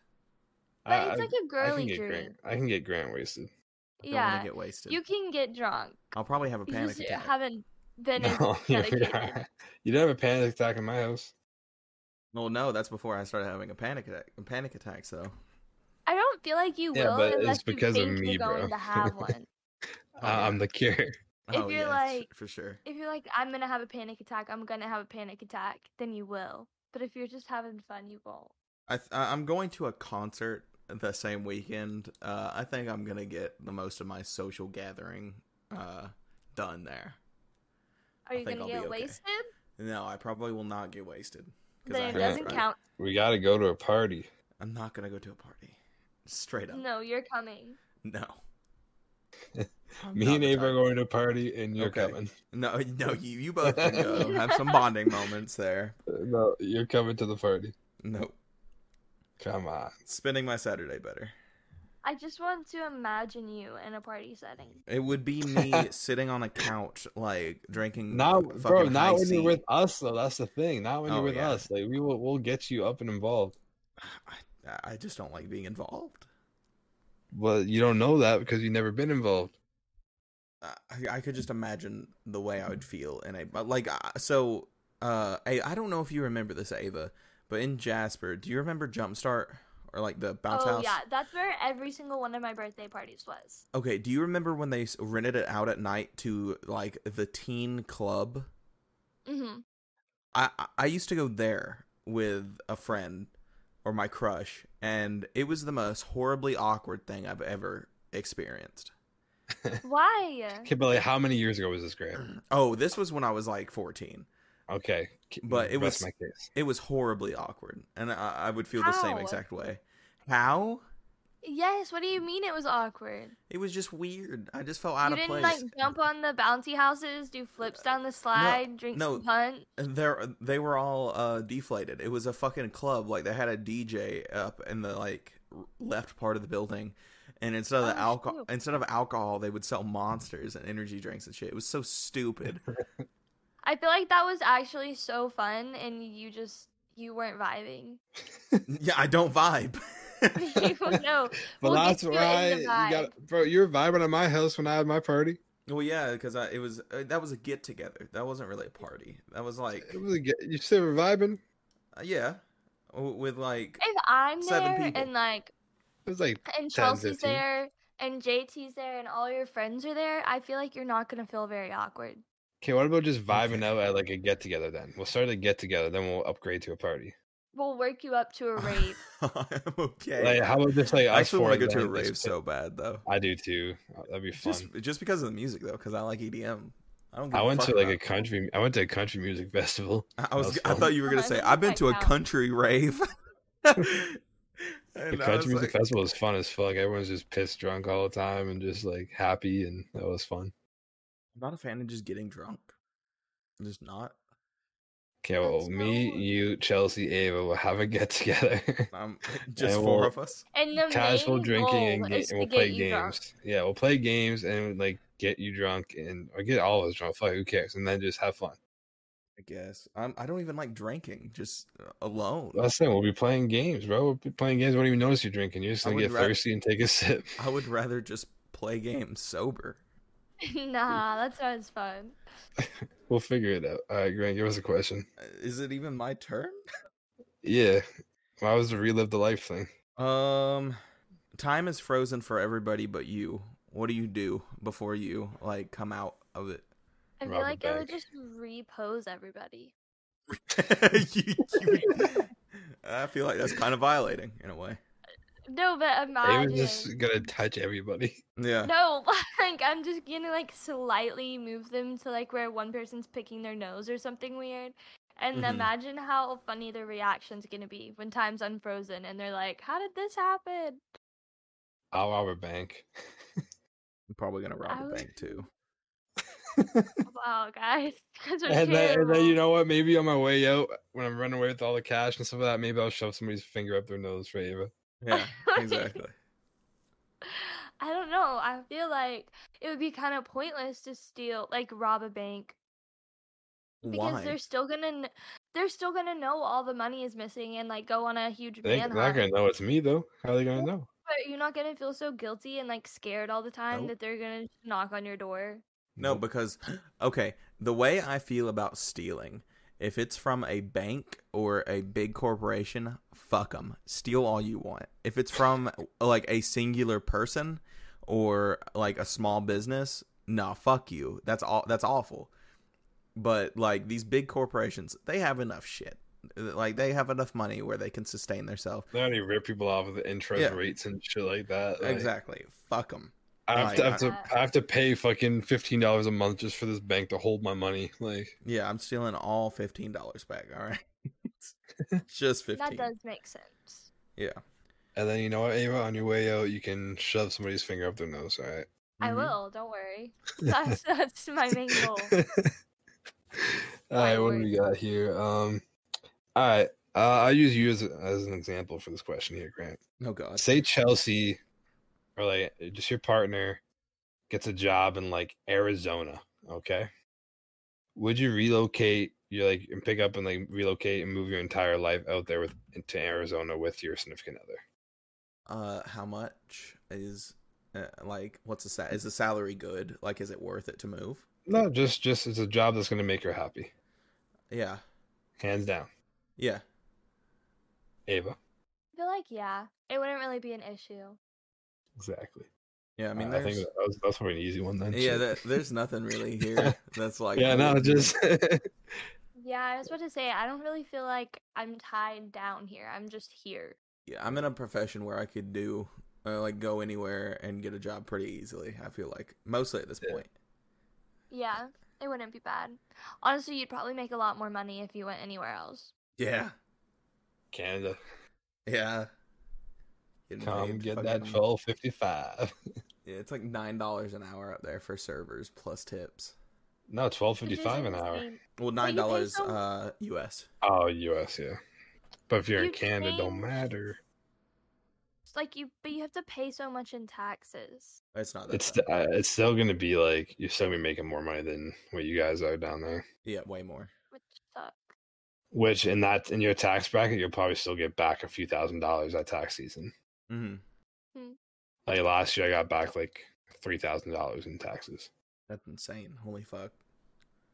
S3: but
S1: I-
S3: it's
S1: I-
S3: like a
S1: I can
S3: girly
S1: get
S3: drink.
S1: Grant. I can get Grant wasted.
S2: Don't want
S3: Yeah,
S2: to get wasted.
S3: you can get drunk.
S2: I'll probably have a
S3: You
S2: panic
S3: just
S2: attack.
S3: haven't been as
S1: No, you're
S3: dedicated.
S1: not. you don't have a panic attack in my house.
S2: Well, no, that's before I started having a panic attack. A panic attack, so
S3: I don't feel like you
S1: Yeah,
S3: will
S1: but it's
S3: unless you
S1: because of
S3: think
S1: me,
S3: you're
S1: bro.
S3: going to have one.
S2: Oh,
S1: I- Uh, I'm
S2: yeah.
S1: the cure.
S3: If
S2: oh,
S3: you're
S2: yeah,
S3: like-
S2: for sure.
S3: if you're like, I'm gonna have a panic attack, I'm gonna have a panic attack, then you will. But if you're just having fun, you won't.
S2: I th- I- I'm going to a concert the same weekend. Uh, I think I'm gonna get the most of my social gathering uh, done there.
S3: Are
S2: I
S3: you
S2: think
S3: gonna
S2: I'll be
S3: get
S2: okay.
S3: wasted?
S2: No, I probably will not get wasted. 'cause I
S3: Then it
S1: have
S3: doesn't
S2: to.
S3: count.
S1: We got to go to a party.
S2: I'm not gonna go to a party. Straight up, no.
S3: No, you're coming.
S2: I'm
S1: Me
S2: not
S1: and
S2: the
S1: Abe are
S2: type-
S1: going to a party, and you're
S2: Okay.
S1: coming.
S2: No, no, you you both can go. Have some bonding moments there.
S1: Uh, No, you're coming to the party.
S2: No,
S1: Come on.
S2: spending my Saturday better.
S3: I just want to imagine you in a party setting.
S2: It would be me sitting on a couch, like drinking.
S1: Now,
S2: fucking
S1: bro, not
S2: high
S1: when you're
S2: C.
S1: with us, though. That's the thing. Not when
S2: Oh,
S1: you're with
S2: yeah.
S1: us. Like, we will we'll get you up and involved.
S2: I, I just don't like being involved.
S1: But you don't know that because you've never been involved.
S2: I, I could just imagine the way I would feel in a but like I- so uh I, I don't know if you remember this Ava but in Jasper do you remember Jumpstart or like the bounce
S3: oh
S2: house
S3: yeah, that's where every single one of my birthday parties was.
S2: okay do you remember when they s- rented it out at night to like the teen club
S3: hmm
S2: I I- I used to go there with a friend or my crush and it was the most horribly awkward thing I've ever experienced
S3: Why?
S1: Okay, but like, how many years ago was this, Grant?
S2: oh this was when I was like 14
S1: Okay. K-
S2: But it
S1: rest
S2: was-
S1: my case.
S2: It was horribly awkward, and I, I would feel the same
S3: How?
S2: exact way. How?
S3: Yes, what do you mean it was awkward?
S2: It was just weird. I just felt out
S3: you
S2: of
S3: didn't
S2: place.
S3: like jump on the bouncy houses, do flips down the slide, drink
S2: no.
S3: some punch.
S2: They're, they were all uh, deflated. It was a fucking club. Like they had a DJ up in the like r- left part of the building, and instead of the
S3: Oh,
S2: alcohol,
S3: shoot.
S2: instead of alcohol, they would sell monsters and energy drinks and shit. It was so stupid.
S3: I feel like that was actually so fun and you just you weren't vibing.
S2: yeah, I don't vibe.
S3: you know.
S1: Well,
S3: We'll get
S1: that's
S3: you in the
S1: right. You got, bro, you were vibing at my house when I had my party.
S2: well, yeah, because it was uh, that was a get together. That wasn't really a party. That was like
S1: It was a, ge- you still were vibing?
S2: uh, yeah, w- with like
S3: If I'm
S2: Seven
S3: there
S2: people.
S3: and like
S1: It was like,
S3: and Chelsea's
S1: 15.
S3: there and JT's there and all your friends are there, I feel like you're not gonna feel very awkward.
S1: okay, what about just vibing
S2: Okay.
S1: out at like a get together then? We'll start at a get together, then we'll upgrade to a party.
S3: We'll work you up to a rave.
S2: I'm okay.
S1: Like, how about just like
S2: I
S1: us
S2: actually want
S1: four
S2: to go to a
S1: going
S2: rave
S1: just-
S2: so bad though.
S1: I do too. Uh, That'd be fun.
S2: Just just because of the music though, because I like EDM. I don't. Give
S1: I
S2: a
S1: went
S2: fuck
S1: to like
S2: about-
S1: a country. I went to a country music festival.
S2: I- I was.
S1: That's
S2: I
S1: fun.
S2: thought you were gonna
S3: Oh, I
S2: say
S3: love
S2: I've been
S3: that
S2: to a
S3: now."
S2: country rave.
S1: The
S2: And I was
S1: country music
S2: like-
S1: festival is fun as fuck. Everyone's just pissed drunk all the time and just like happy, and that was fun.
S2: I'm not a fan of just getting drunk. I'm just not.
S1: Okay, well,
S3: That's
S1: me,
S3: so-
S1: you, Chelsea, Ava will have a get together.
S2: I'm just
S1: And
S2: 4
S1: we'll-
S2: of us.
S3: And the
S1: Casual
S3: main
S1: drinking and,
S3: goal
S1: ga-
S3: is
S1: and
S3: to
S1: we'll play
S3: get you
S1: games.
S3: drunk.
S1: Yeah, we'll play games and like get you drunk and or get all of us drunk. Fuck, who cares? And then just have fun.
S2: I guess. I'm. I don't even like drinking. Just uh, alone.
S1: That's the thing. We'll be playing games, bro. We'll be playing games. We don't even notice you're drinking. You're just
S2: I
S1: gonna
S2: would
S1: get
S2: rather-
S1: thirsty and take a sip.
S2: I would rather just play games sober.
S3: nah, that sounds fun.
S1: We'll figure it out. All right, Grant, give us a question.
S2: Uh, Is it even my turn?
S1: Yeah, I was the relive the life thing.
S2: Um, time is frozen for everybody but you. What do you do before you like come out of it?
S3: I feel
S1: Robert
S3: like I would
S1: Beck.
S3: just repose everybody.
S2: You- you- I feel like that's kind of violating in a way.
S3: No, but
S1: Ava's
S3: imagine.
S1: just gonna touch everybody.
S2: Yeah.
S3: No, like I'm just gonna like slightly move them to like where one person's picking their nose or something weird. And
S1: Mm-hmm.
S2: Mhm.
S3: imagine how funny their reaction's gonna be when time's unfrozen and they're like, How did this happen?
S1: I'll rob a bank.
S2: I'm probably gonna rob
S3: I
S2: a
S3: was-
S2: bank too.
S3: wow, "Oh, guys. you guys are
S1: And then, and then
S3: terrible.
S1: you know what? Maybe on my way out, when I'm running away with all the cash and stuff like that, maybe I'll shove somebody's finger up their nose for Ava.
S2: Yeah, exactly.
S3: I don't know. I feel like it would be kind of pointless to steal, like rob a bank, because
S2: Why?
S3: they're still gonna, kn- they're still gonna know all the money is missing and like go on a huge
S1: They, are
S3: manhunt.
S1: not gonna know it's me though. How are they gonna know?
S3: But you're not gonna feel so guilty and like scared all the time
S2: Nope.
S3: that they're gonna knock on your door.
S2: No, because okay, the way I feel about stealing, if it's from a bank or a big corporation, fuck them. Steal all you want. If it's from like a singular person or like a small business, nah, fuck you. That's all. That's awful. But like these big corporations, they have enough shit. Like they have enough money where they can sustain themselves.
S1: they already rip people off with the interest
S2: Yeah.
S1: rates and shit like that. Like,
S2: Exactly. Fuck them.
S1: I have, to, I, have
S2: Like,
S1: to, I have to pay fucking fifteen dollars a month just for this bank to hold my money. Like,
S2: Yeah, I'm stealing all fifteen dollars back. All right, just fifteen.
S3: That does make sense.
S2: Yeah.
S1: and then you know what, Ava, on your way out, you can shove somebody's finger up their nose. All right.
S3: I
S2: Mhm.
S3: will. Don't worry. That's that's my main goal.
S1: all right, what do
S3: Priority.
S1: we got here? Um, all right, uh, I'll use you as, as an example for this question here, Grant.
S2: Oh god.
S1: Say Chelsea, or like just your partner, gets a job in like Arizona. Okay, would you relocate? You like and pick up and like relocate and move your entire life out there with into Arizona with your significant other.
S2: Uh, how much is uh, like what's the sa- is the salary good? Like, is it worth it to move?
S1: No, just just it's a job that's gonna make her happy,
S2: Yeah.
S1: hands down.
S2: Yeah.
S1: Ava,
S3: I feel like yeah, it wouldn't really be an issue.
S1: exactly.
S2: Yeah. I
S1: I
S2: mean,
S1: mean,
S2: there's
S1: I think that was, that's probably an easy one then.
S2: yeah.
S1: shit.
S2: That, there's nothing really here that's like
S1: yeah, no,
S2: holding
S1: just
S3: Yeah, I was about to say I don't really feel like I'm tied down here. I'm just here.
S2: me- yeah. I'm in a profession where I could do uh, like go anywhere and get a job pretty easily. I feel like mostly at this
S1: Yeah.
S2: point.
S3: Yeah, it wouldn't be bad. Honestly, you'd probably make a lot more money if you went anywhere else.
S2: Yeah.
S1: Canada.
S2: Yeah. Getting
S1: Come
S2: paid
S1: get that
S2: fucking-
S1: twelve fifty five.
S2: Yeah, it's like nine dollars an hour up there for servers plus tips.
S1: No, twelve
S3: Which
S1: fifty five an
S3: isn't the
S1: hour.
S3: same.
S2: Well,
S3: But
S2: nine
S3: you pay
S2: dollars
S3: so-
S2: uh US.
S1: Oh, U.S. Yeah, but if you're in
S3: You
S1: Canada, it don't
S3: change-
S1: matter.
S3: It's like you, but you have to pay so much in taxes.
S2: It's not that.
S1: It's
S2: It's
S1: st- uh, it's still gonna be like you're still gonna be making more money than what you guys are down there.
S2: yeah, way more.
S3: Which sucks.
S1: Which in that in your tax bracket, you'll probably still get back a few thousand dollars that tax season.
S2: Mm-hmm.
S1: Like last year, I got back like three thousand dollars in taxes.
S2: That's insane. Holy fuck!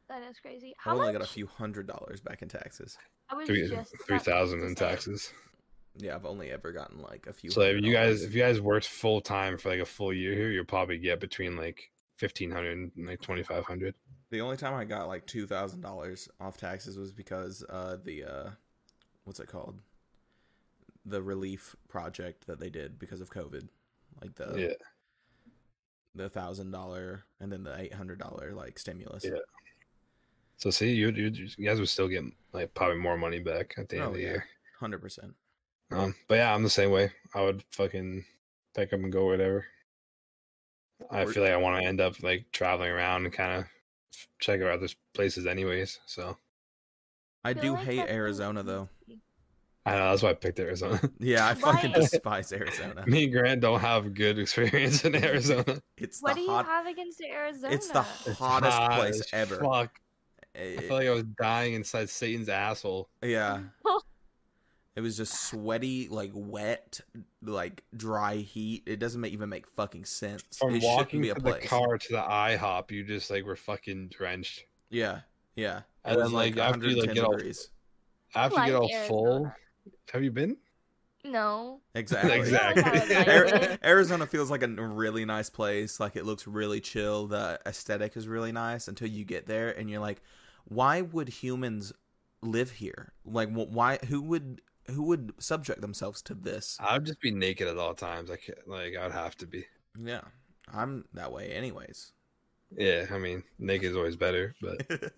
S3: That is crazy.
S2: I
S3: How
S2: only
S3: much?
S2: got a few hundred dollars back in taxes.
S3: I was
S1: Three
S3: just about
S1: three thousand
S3: to
S1: in
S3: say,
S1: taxes.
S2: Yeah, I've only ever gotten like a few.
S1: So if
S2: hundred
S1: you guys
S2: dollars.
S1: if you guys worked full time for like a full year here, you'll probably get between like fifteen hundred and like twenty five hundred.
S2: the only time I got like two thousand dollars off taxes was because uh the uh what's it called the relief project that they did because of COVID, like the
S1: yeah,
S2: the thousand dollar and then the eight hundred dollar like stimulus.
S1: Yeah. So see, you you you guys would still get like probably more money back at the end
S2: Oh,
S1: of the
S2: yeah.
S1: year.
S2: Hundred percent.
S1: Um, but yeah, I'm the same way. I would fucking pick up and go whatever. I
S2: Or-
S1: feel like I want to end up like traveling around and kind of check out other places, anyways. So
S2: I
S3: feel
S2: do
S3: like
S2: hate
S3: that's so
S2: Arizona though.
S3: easy.
S1: I know that's why I picked Arizona.
S2: Yeah, I
S3: Why?
S2: fucking despise Arizona.
S1: Me and Grant don't have good experience in Arizona.
S2: It's
S3: What do
S2: the
S3: you
S2: hot.
S3: have against Arizona?
S2: It's the hottest
S1: Hot
S2: place
S1: as
S2: ever.
S1: Fuck. I
S2: It-
S1: felt like I was dying inside Satan's asshole.
S2: yeah, it was just sweaty, like wet, like dry heat. It doesn't make, even make fucking sense.
S1: From
S2: it shouldn't
S1: walking
S2: be a
S1: to the
S2: place.
S1: car to the IHOP, you just like were fucking drenched.
S2: Yeah, yeah. It
S1: And
S2: was
S1: then, like, after you, like, get all-
S2: degrees.
S1: After you get
S3: like
S1: all full,
S3: Arizona.
S1: have you been?
S3: No.
S2: Exactly.
S1: Exactly.
S2: Ari- Arizona feels like a n- really nice place. Like it looks really chill. The aesthetic is really nice until you get there and you're like, why would humans live here? Like wh- why who would who would subject themselves to this?
S1: I would just be naked at all times. I can't, like I'd have to be.
S2: Yeah. I'm that way anyways.
S1: Yeah, I mean, naked is always better, but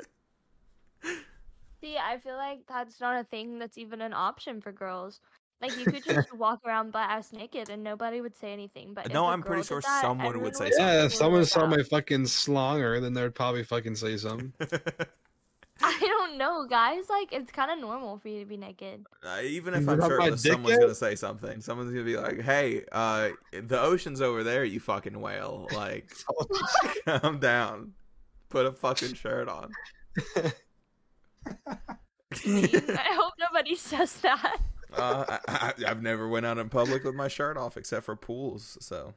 S3: See, I feel like that's not a thing that's even an option for girls. Like you could just walk around butt ass naked and nobody would say anything. But if
S2: No,
S3: a
S2: I'm pretty
S3: girl did
S2: sure
S3: that,
S2: someone would
S3: everyone
S2: say
S3: be
S2: something.
S1: yeah,
S3: like,
S1: if
S3: "Whoa,
S1: someone
S3: what's
S1: saw
S3: up?"
S1: my fucking slonger, then they'd probably fucking say something.
S3: I don't know, guys. Like it's kind of normal for you to be naked.
S2: Uh, even
S1: You
S2: if I'm
S1: got my
S2: shirtless,
S1: dick
S2: someone's
S1: yet?
S2: gonna say something. Someone's gonna be like, "Hey, uh, the ocean's over there, you fucking whale! Like, calm down, put a fucking shirt on."
S3: I hope nobody says that.
S2: uh, I, I, I've never went out in public with my shirt off except for pools. So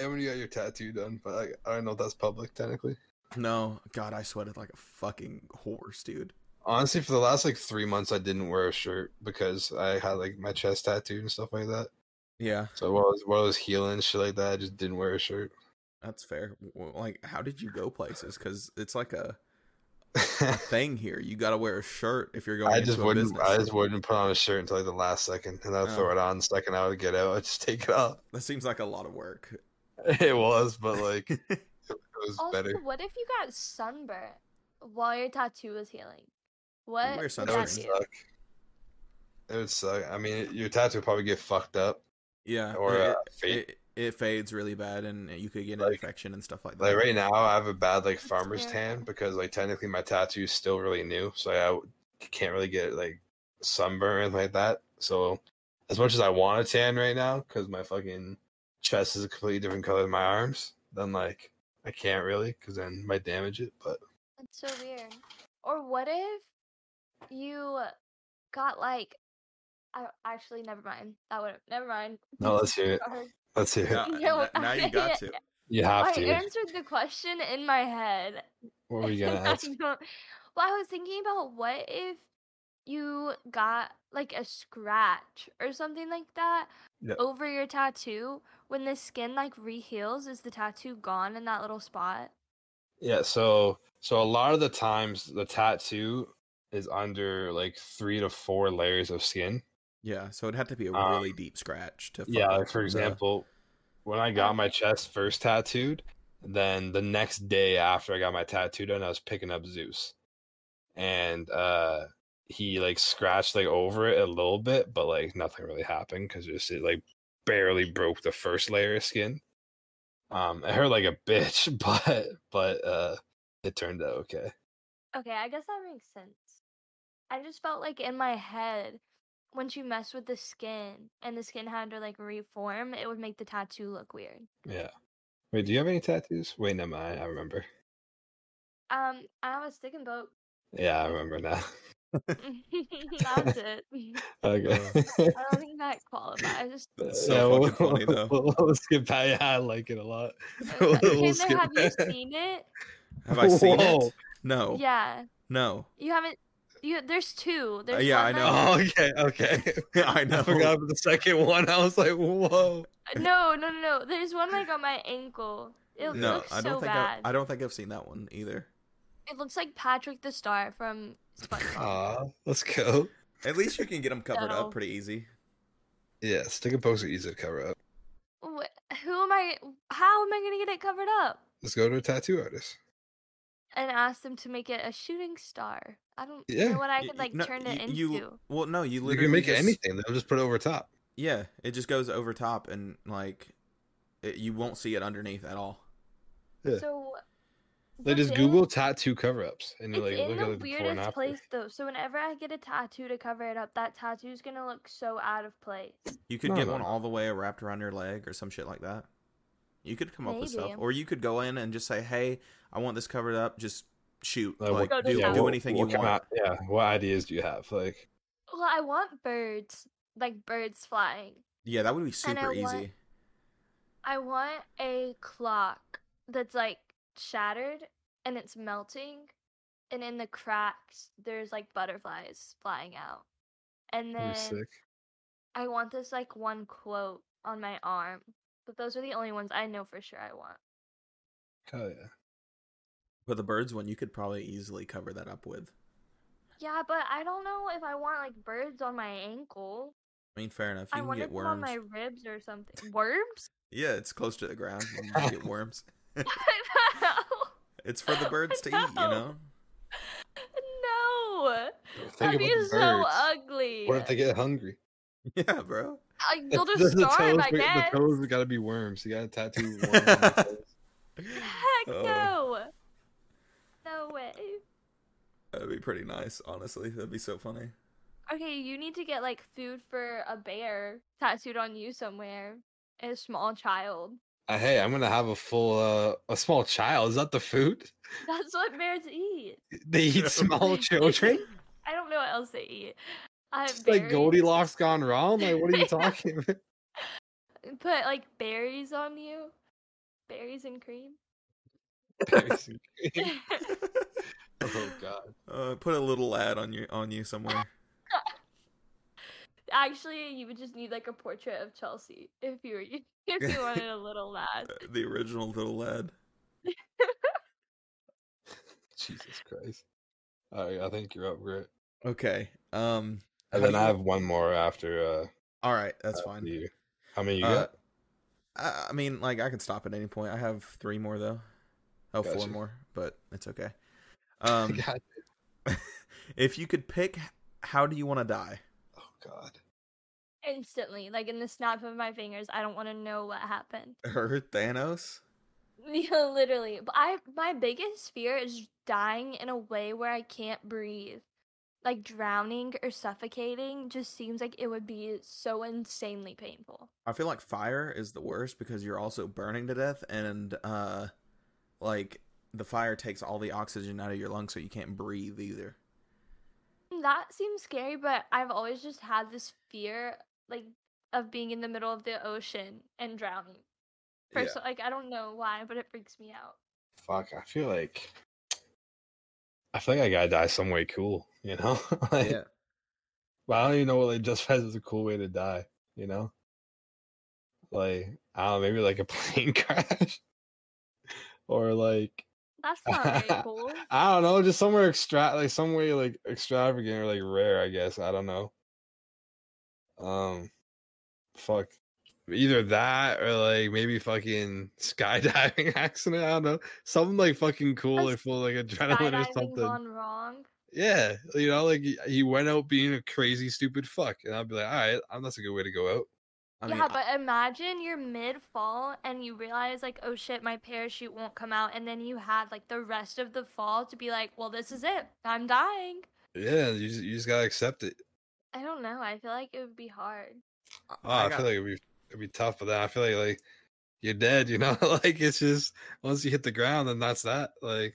S1: and when you got your tattoo done, but I, I don't know if that's public technically.
S2: no, God, I sweated like a fucking horse, dude.
S1: Honestly, for the last like three months, I didn't wear a shirt because I had like my chest tattooed and stuff like that.
S2: Yeah,
S1: So while I was while I was healing and shit like that, I just didn't wear a shirt.
S2: that's fair. W- Like, how did you go places? Because it's like a thing here. You got to wear a shirt if you're going
S1: I
S2: into
S1: just
S2: a
S1: wouldn't.
S2: business.
S1: I just wouldn't put on a shirt until like the last second, and I'd
S2: Oh.
S1: throw it on. The second I would get out, I'd just take it off.
S2: That seems like a lot of work.
S1: It was, but like it was
S3: Also,
S1: better.
S3: what if you got sunburn while your tattoo was healing? What?
S2: wear
S1: That
S3: would
S2: sunscreen.
S1: would
S3: that do?
S1: suck. It would suck. I mean, your tattoo would probably get fucked up
S2: Yeah,
S1: or
S2: it-
S1: uh, fade.
S2: it, it fades really bad and you could get an
S1: Like-
S2: infection and stuff like that.
S1: like right now, I have a bad like farmer's
S3: terrible.
S1: tan because like technically my tattoo is still really new, so I w- can't really get like sunburn like that. So as much as I want a tan right now, because my fucking chest is a completely different color than my arms, then like I can't really, because then might damage it. But
S3: That's so weird. Or what if you got like I actually never mind. That would never mind.
S1: no, let's hear it.
S3: Sorry.
S1: Let's hear it.
S2: Now,
S3: No,
S2: n- now you got to.
S1: You
S3: I
S1: have to.
S3: answered the question in my head.
S1: What were you gonna
S3: and I
S1: ask?
S3: don't- well, I was thinking about what if you got like a scratch or something like that
S1: Yeah.
S3: over your tattoo when the skin like reheals is the tattoo gone in that little spot
S1: Yeah, so so a lot of the times the tattoo is under like three to four layers of skin.
S2: Yeah, so it'd have to be a
S1: Um,
S2: really deep scratch to.
S1: Yeah,
S2: fucking-
S1: like for
S2: the-
S1: example, when I got my chest first tattooed, then the next day after I got my tattoo done, I was picking up Zeus. And uh he like scratched like over it a little bit, but like nothing really happened because just it like barely broke the first layer of skin. Um, it hurt like a bitch, but but uh, it turned out okay.
S3: Okay, I guess that makes sense. I just felt like in my head, once you mess with the skin and the skin had to like reform, it would make the tattoo look weird.
S1: Yeah. Wait, do you have any tattoos? Wait, never mind. I remember.
S3: Um, I have a stick and boat.
S1: Yeah, I remember now.
S3: That's it.
S1: Okay.
S3: I don't think that qualifies.
S2: That's so
S1: we'll-
S2: fucking funny, though.
S1: We'll, we'll skip by. Yeah, I like it a lot.
S3: Okay,
S1: We'll
S3: Taylor,
S1: skip
S3: have you
S1: that. Oh.
S3: seen it?
S2: Have I seen
S1: Whoa.
S2: it? No.
S3: Yeah,
S2: No.
S3: you haven't. You there's
S1: Uh,
S3: two. There's
S2: yeah,
S3: one
S2: I know.
S3: that-
S1: Oh, okay, okay.
S2: I know.
S1: I forgot about the second one. I was like, whoa.
S3: uh, No, no, no, no. There's one like on my ankle. It
S2: No,
S3: looks
S2: I don't
S3: so
S2: think I,
S3: bad.
S2: I don't think I've seen that one either.
S3: It looks like Patrick the Star from SpongeBob.
S1: Aw, let's go.
S2: At least you can get them covered
S3: No.
S2: up pretty easy.
S1: Yeah, stick and post are easy to cover up.
S3: Wh- Who am I? How am I gonna get it covered up?
S1: Let's go to a tattoo artist.
S3: And ask them to make it a shooting star. I don't
S1: Yeah,
S3: know what I
S2: Y-
S3: could
S2: y-
S3: like
S2: no,
S3: turn it
S2: y-
S3: into.
S2: you- Well, no, you
S1: You
S2: literally
S1: can make it
S2: just-
S1: anything. They'll just put it over top.
S2: Yeah, it just goes over top and like it, you won't see it underneath at all.
S1: Yeah.
S3: So
S1: They
S3: but
S1: just
S3: then-
S1: Google tattoo cover ups, and
S3: It's
S1: you're like,
S3: in
S1: look
S3: the
S1: at the before and
S3: weirdest
S1: after.
S3: place though. So whenever I get a tattoo to cover it up, that tattoo's gonna look so out of place.
S2: You could
S1: No,
S2: get
S1: no,
S2: one
S1: no.
S2: all the way wrapped around your leg or some shit like that. You could come up with stuff,
S3: Maybe.
S2: or you could go in and just say, "Hey, I want this covered up." Just shoot,
S1: Like,
S2: like
S3: Go to
S2: do,
S3: town.
S2: do
S1: what-
S2: anything
S1: what
S2: you
S1: kind
S2: want.
S1: of- yeah. What ideas do you have? Like,
S3: Well, I want birds, like birds flying.
S2: Yeah, that would be
S3: And I
S2: super easy.
S3: want- I want a clock that's like shattered and it's melting, and in the cracks there's like butterflies flying out. And
S1: that'd
S3: then
S1: be sick.
S3: I want this like one quote on my arm, but those are the only ones I know for sure I want.
S1: Hell yeah.
S2: But the birds one, you could probably easily cover that up with.
S3: Yeah, but I don't know if I want like birds on my ankle.
S2: I mean, fair enough. You
S3: I
S2: can
S3: want to
S2: get
S3: put on
S2: worms.
S3: my ribs or something. Worms?
S2: Yeah, it's close to the ground. You can get worms.
S3: no.
S2: It's for the birds to eat. You
S3: No.
S2: know.
S3: No.
S1: Think
S3: That'd
S1: about
S3: be
S1: the
S3: so
S1: birds.
S3: ugly.
S1: What if they get hungry?
S2: Yeah, bro.
S3: Like, you'll
S1: The-
S3: just
S1: the
S3: starve,
S1: toes
S3: I
S1: are-
S3: guess.
S1: The toes got to be worms. You got to tattoo worms. on the toes.
S3: Heck
S2: Oh.
S3: no. No way.
S2: That'd be pretty nice, honestly. That'd be so funny.
S3: Okay, you need to get like food for a bear tattooed on you somewhere. And a small child.
S1: Uh, hey, I'm gonna have a full uh, a small child. Is that the food?
S3: That's what bears eat.
S1: They eat small children.
S3: I don't know what else they eat. I
S1: It's like Goldilocks gone wrong. Like, what are you talking? about?
S3: put like berries on you. Berries and cream.
S1: Berries and cream. oh god.
S2: Uh, put a little ad on your on you somewhere.
S3: Actually, you would just need like a portrait of Chelsea if you were if you wanted a little lad.
S2: Uh, the original little lad.
S1: Jesus Christ. All right, I think you're up, Grit.
S2: Okay. Um.
S1: And
S2: how
S1: then
S2: do
S1: I
S2: you-
S1: have one more after. uh
S2: All right, that's
S1: after
S2: fine.
S1: You. How many you
S2: Uh,
S1: got?
S2: I, I mean, like I can stop at any point. I have three more though. Oh, four
S1: Gotcha.
S2: more, but it's okay. Um,
S1: God.
S2: if you could pick, how do you want to die?
S1: Oh God.
S3: Instantly, like in the snap of my fingers, I don't want to know what happened.
S2: Her Thanos.
S3: Yeah, Literally, but I my biggest fear is dying in a way where I can't breathe. Like drowning or suffocating just seems like it would be so insanely painful.
S2: I feel like fire is the worst because you're also burning to death, and uh, like the fire takes all the oxygen out of your lungs, so you can't breathe either.
S3: That seems scary, but I've always just had this fear, like, of being in the middle of the ocean and drowning.
S1: Yeah.
S3: First, like, I don't know why, but it freaks me out.
S1: Fuck. I feel like. I feel like I gotta die some way cool. You know. like,
S2: Yeah.
S1: But I don't even know what like justifies as a cool way to die, you know? Like, I don't know, maybe like a plane crash. or like
S3: That's not very cool.
S1: I don't know, just somewhere extra like somewhere like extravagant or like rare, I guess. I don't know. Um fuck. Either that or like maybe fucking skydiving accident. I don't know. Something like fucking cool
S3: A
S1: or full like adrenaline or
S3: Skydiving
S1: something.
S3: gone wrong.
S1: Yeah, you know, like y- he went out being a crazy, stupid fuck, and I'd be like, all right, um, that's a good way to go out.
S2: I
S3: yeah, but imagine you're mid fall and you realize like, oh shit, my parachute won't come out, and then you had like the rest of the fall to be like, well, this is it, I'm dying.
S1: Yeah, you just, you just gotta accept it.
S3: I don't know. I feel like it would be hard.
S1: Oh, I, feel like it'd be it'd be tough, but then I feel like like you're dead. You know, like it's just once you hit the ground, then that's that. Like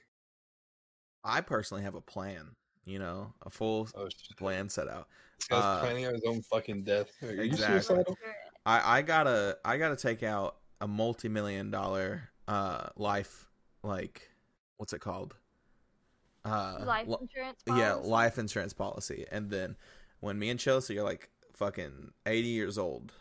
S2: I personally have a plan. You know, a full
S1: oh, shit.
S2: plan set out.
S1: this guy's
S2: Uh,
S1: planning out his own fucking death. Are you
S2: Exactly.
S1: suicidal?
S2: I, I gotta I gotta take out a multi million dollar uh life like what's it called? Uh
S3: Life
S2: li-
S3: insurance.
S2: yeah,
S3: policy.
S2: life insurance policy. And then when me and Chelsea are like fucking eighty years old,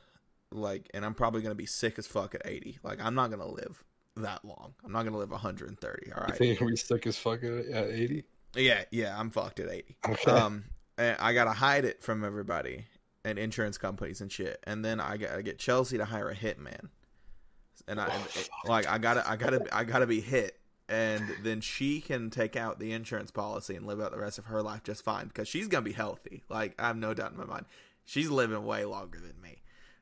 S2: like and I'm probably gonna be sick as fuck at eighty. Like I'm not gonna live that long. I'm not gonna live hundred and thirty, all
S1: You
S2: right.
S1: think we stuck as fucking at eighty?
S2: Yeah, yeah, I'm fucked at eighty.
S1: Okay.
S2: um, and I gotta hide it from everybody and insurance companies and shit. And then I gotta get Chelsea to hire a hitman. And I
S1: Oh, fuck.
S2: like I gotta I gotta I gotta be hit, and then she can take out the insurance policy and live out the rest of her life just fine because she's gonna be healthy. Like I have no doubt in my mind, she's living way longer than me.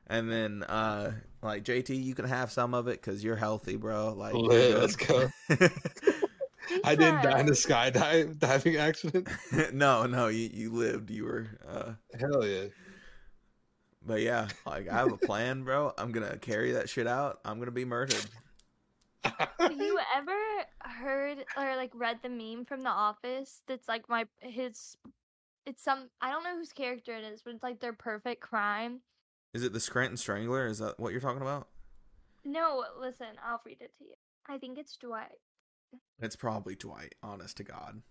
S2: And then uh like JT, you can have some of it because you're healthy, bro. Like you're
S1: Lit,
S2: good.
S1: let's go. I didn't die in a skydive diving accident.
S2: no, no, you you lived. You were. uh
S1: Hell yeah.
S2: But yeah, like I have a plan, bro. I'm gonna carry that shit out. I'm gonna be murdered.
S3: Have you ever heard or like read the meme from The Office that's like my his it's some I don't know whose character it is, but it's like their perfect crime.
S2: Is it the Scranton Strangler? Is that what you're talking about?
S3: No, listen, I'll read it to you. I think it's Dwight.
S2: It's probably Dwight. Honest to God.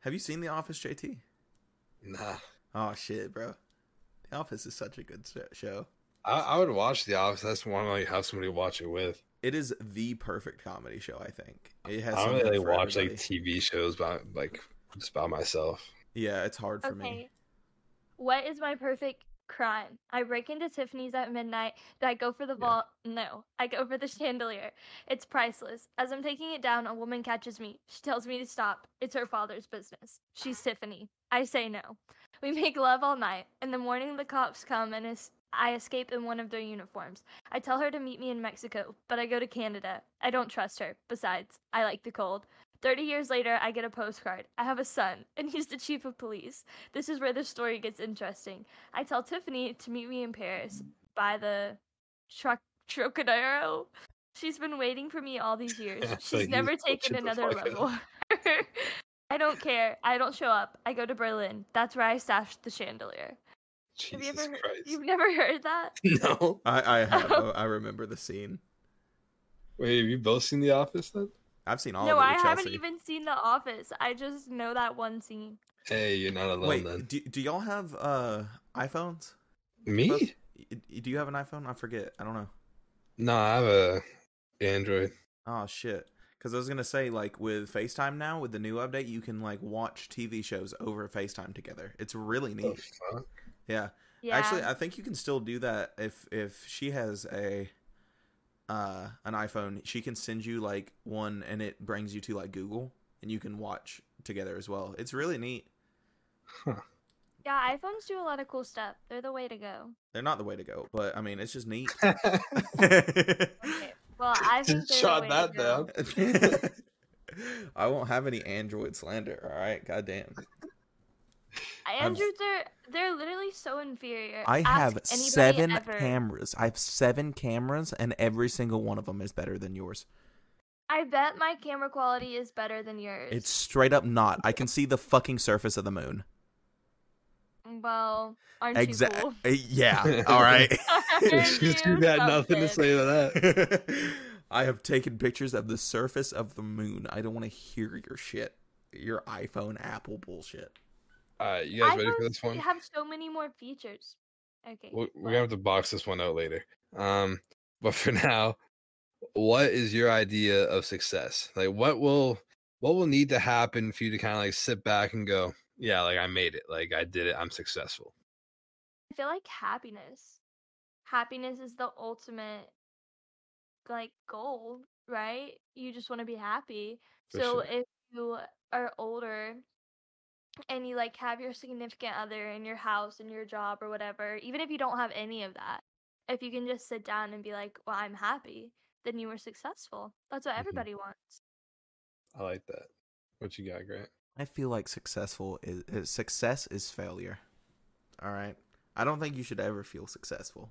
S2: Have you seen The Office, JT?
S1: nah.
S2: Oh shit, bro. The Office is such a good s- show.
S1: I, I would watch The Office. That's one I like have somebody watch it with.
S2: It is the perfect comedy show. I think it has.
S1: I don't
S2: something
S1: really
S2: for
S1: watch like
S2: everybody.
S1: TV shows by like just by myself.
S2: yeah, it's hard for me.
S3: Okay. What is my perfect crime? I break into Tiffany's at midnight. Do I go for the
S2: Yeah.
S3: vault? No. I go for the chandelier. It's priceless. As I'm taking it down, a woman catches me. She tells me to stop. It's her father's business. She's Tiffany. I say no. We make love all night. In the morning, the cops come and es- I escape in one of their uniforms. I tell her to meet me in Mexico, but I go to Canada. I don't trust her. Besides, I like the cold. 30 years later, I get a postcard. I have a son, and he's the chief of police. This is where the story gets interesting. I tell Tiffany to meet me in Paris by the Tro- Trocadero. She's been waiting for me all these years.
S1: So
S3: She's
S1: you
S3: never
S1: fucked
S3: taken
S1: it the
S3: another
S1: fuck up.
S3: level. I don't care. I don't show up. I go to Berlin. That's where I stashed the chandelier. Have you
S1: Jesus
S3: ever heard,
S1: Christ.
S3: You've never heard that?
S1: No.
S2: I I have, oh, I remember the scene.
S1: Wait, have you both seen The Office then?
S2: I've seen all
S3: no,
S2: of it
S3: I
S2: with
S3: haven't
S2: Chelsea.
S3: even seen The Office. I just know that one scene.
S1: Hey, you're not alone
S2: Wait,
S1: then.
S2: do, do y'all have uh iPhones? Both-
S1: Me?
S2: y- y- Do you have an iPhone? I forget. I don't know.
S1: No, I have a Android.
S2: Oh shit. Because I was gonna say, like with FaceTime now, with the new update, you can like watch TV shows over FaceTime together. It's really
S1: The
S2: neat.
S1: fuck?
S2: Yeah.
S3: Yeah.
S2: Actually, I think you can still do that if if she has a uh an iPhone, she can send you like one, and it brings you to like Google, and you can watch together as well. It's really neat.
S3: yeah, iPhones do a lot of cool stuff. They're the way to go.
S2: They're not the way to go, but I mean, it's just neat.
S3: Okay. Well, I think
S1: Oh. Just
S3: they're
S1: shot
S3: the way
S1: that
S3: to go.
S1: down.
S2: I won't have any Android slander. All right, goddamn.
S3: Androids are they're literally so inferior.
S2: I
S3: Ask
S2: have
S3: anybody
S2: seven
S3: ever.
S2: cameras. I have seven cameras, and every single one of them is better than yours.
S3: I bet my camera quality is better than yours.
S2: It's straight up not. I can see the fucking surface of the moon.
S3: well, aren't you
S2: Exactly.
S3: cool?
S2: Uh, Yeah. All right.
S3: Aren't
S1: you had nothing to
S3: something?
S1: say to that.
S2: I have taken pictures of the surface of the moon. I don't want to hear your shit. Your iPhone, Apple bullshit.
S1: All right, you guys ready for
S3: iPhones
S1: this one?
S3: have so many more features. Okay.
S1: We're, we're
S3: well,
S1: gonna have to box this one out later. Um, but for now, what is your idea of success? Like, what will what will need to happen for you to kind of like sit back and go, yeah, like I made it, like I did it, I'm successful.
S3: I feel like happiness. Happiness is the ultimate like goal, right? You just want to be happy.
S1: For
S3: so
S1: sure.
S3: if you are older and you like have your significant other in your house and your job or whatever, even if you don't have any of that, if you can just sit down and be like, well, I'm happy, then you were successful. That's what
S1: Mhm.
S3: everybody wants.
S1: I like that. What you got, Grant?
S2: I feel like successful is, is success is failure. All right. I don't think you should ever feel successful.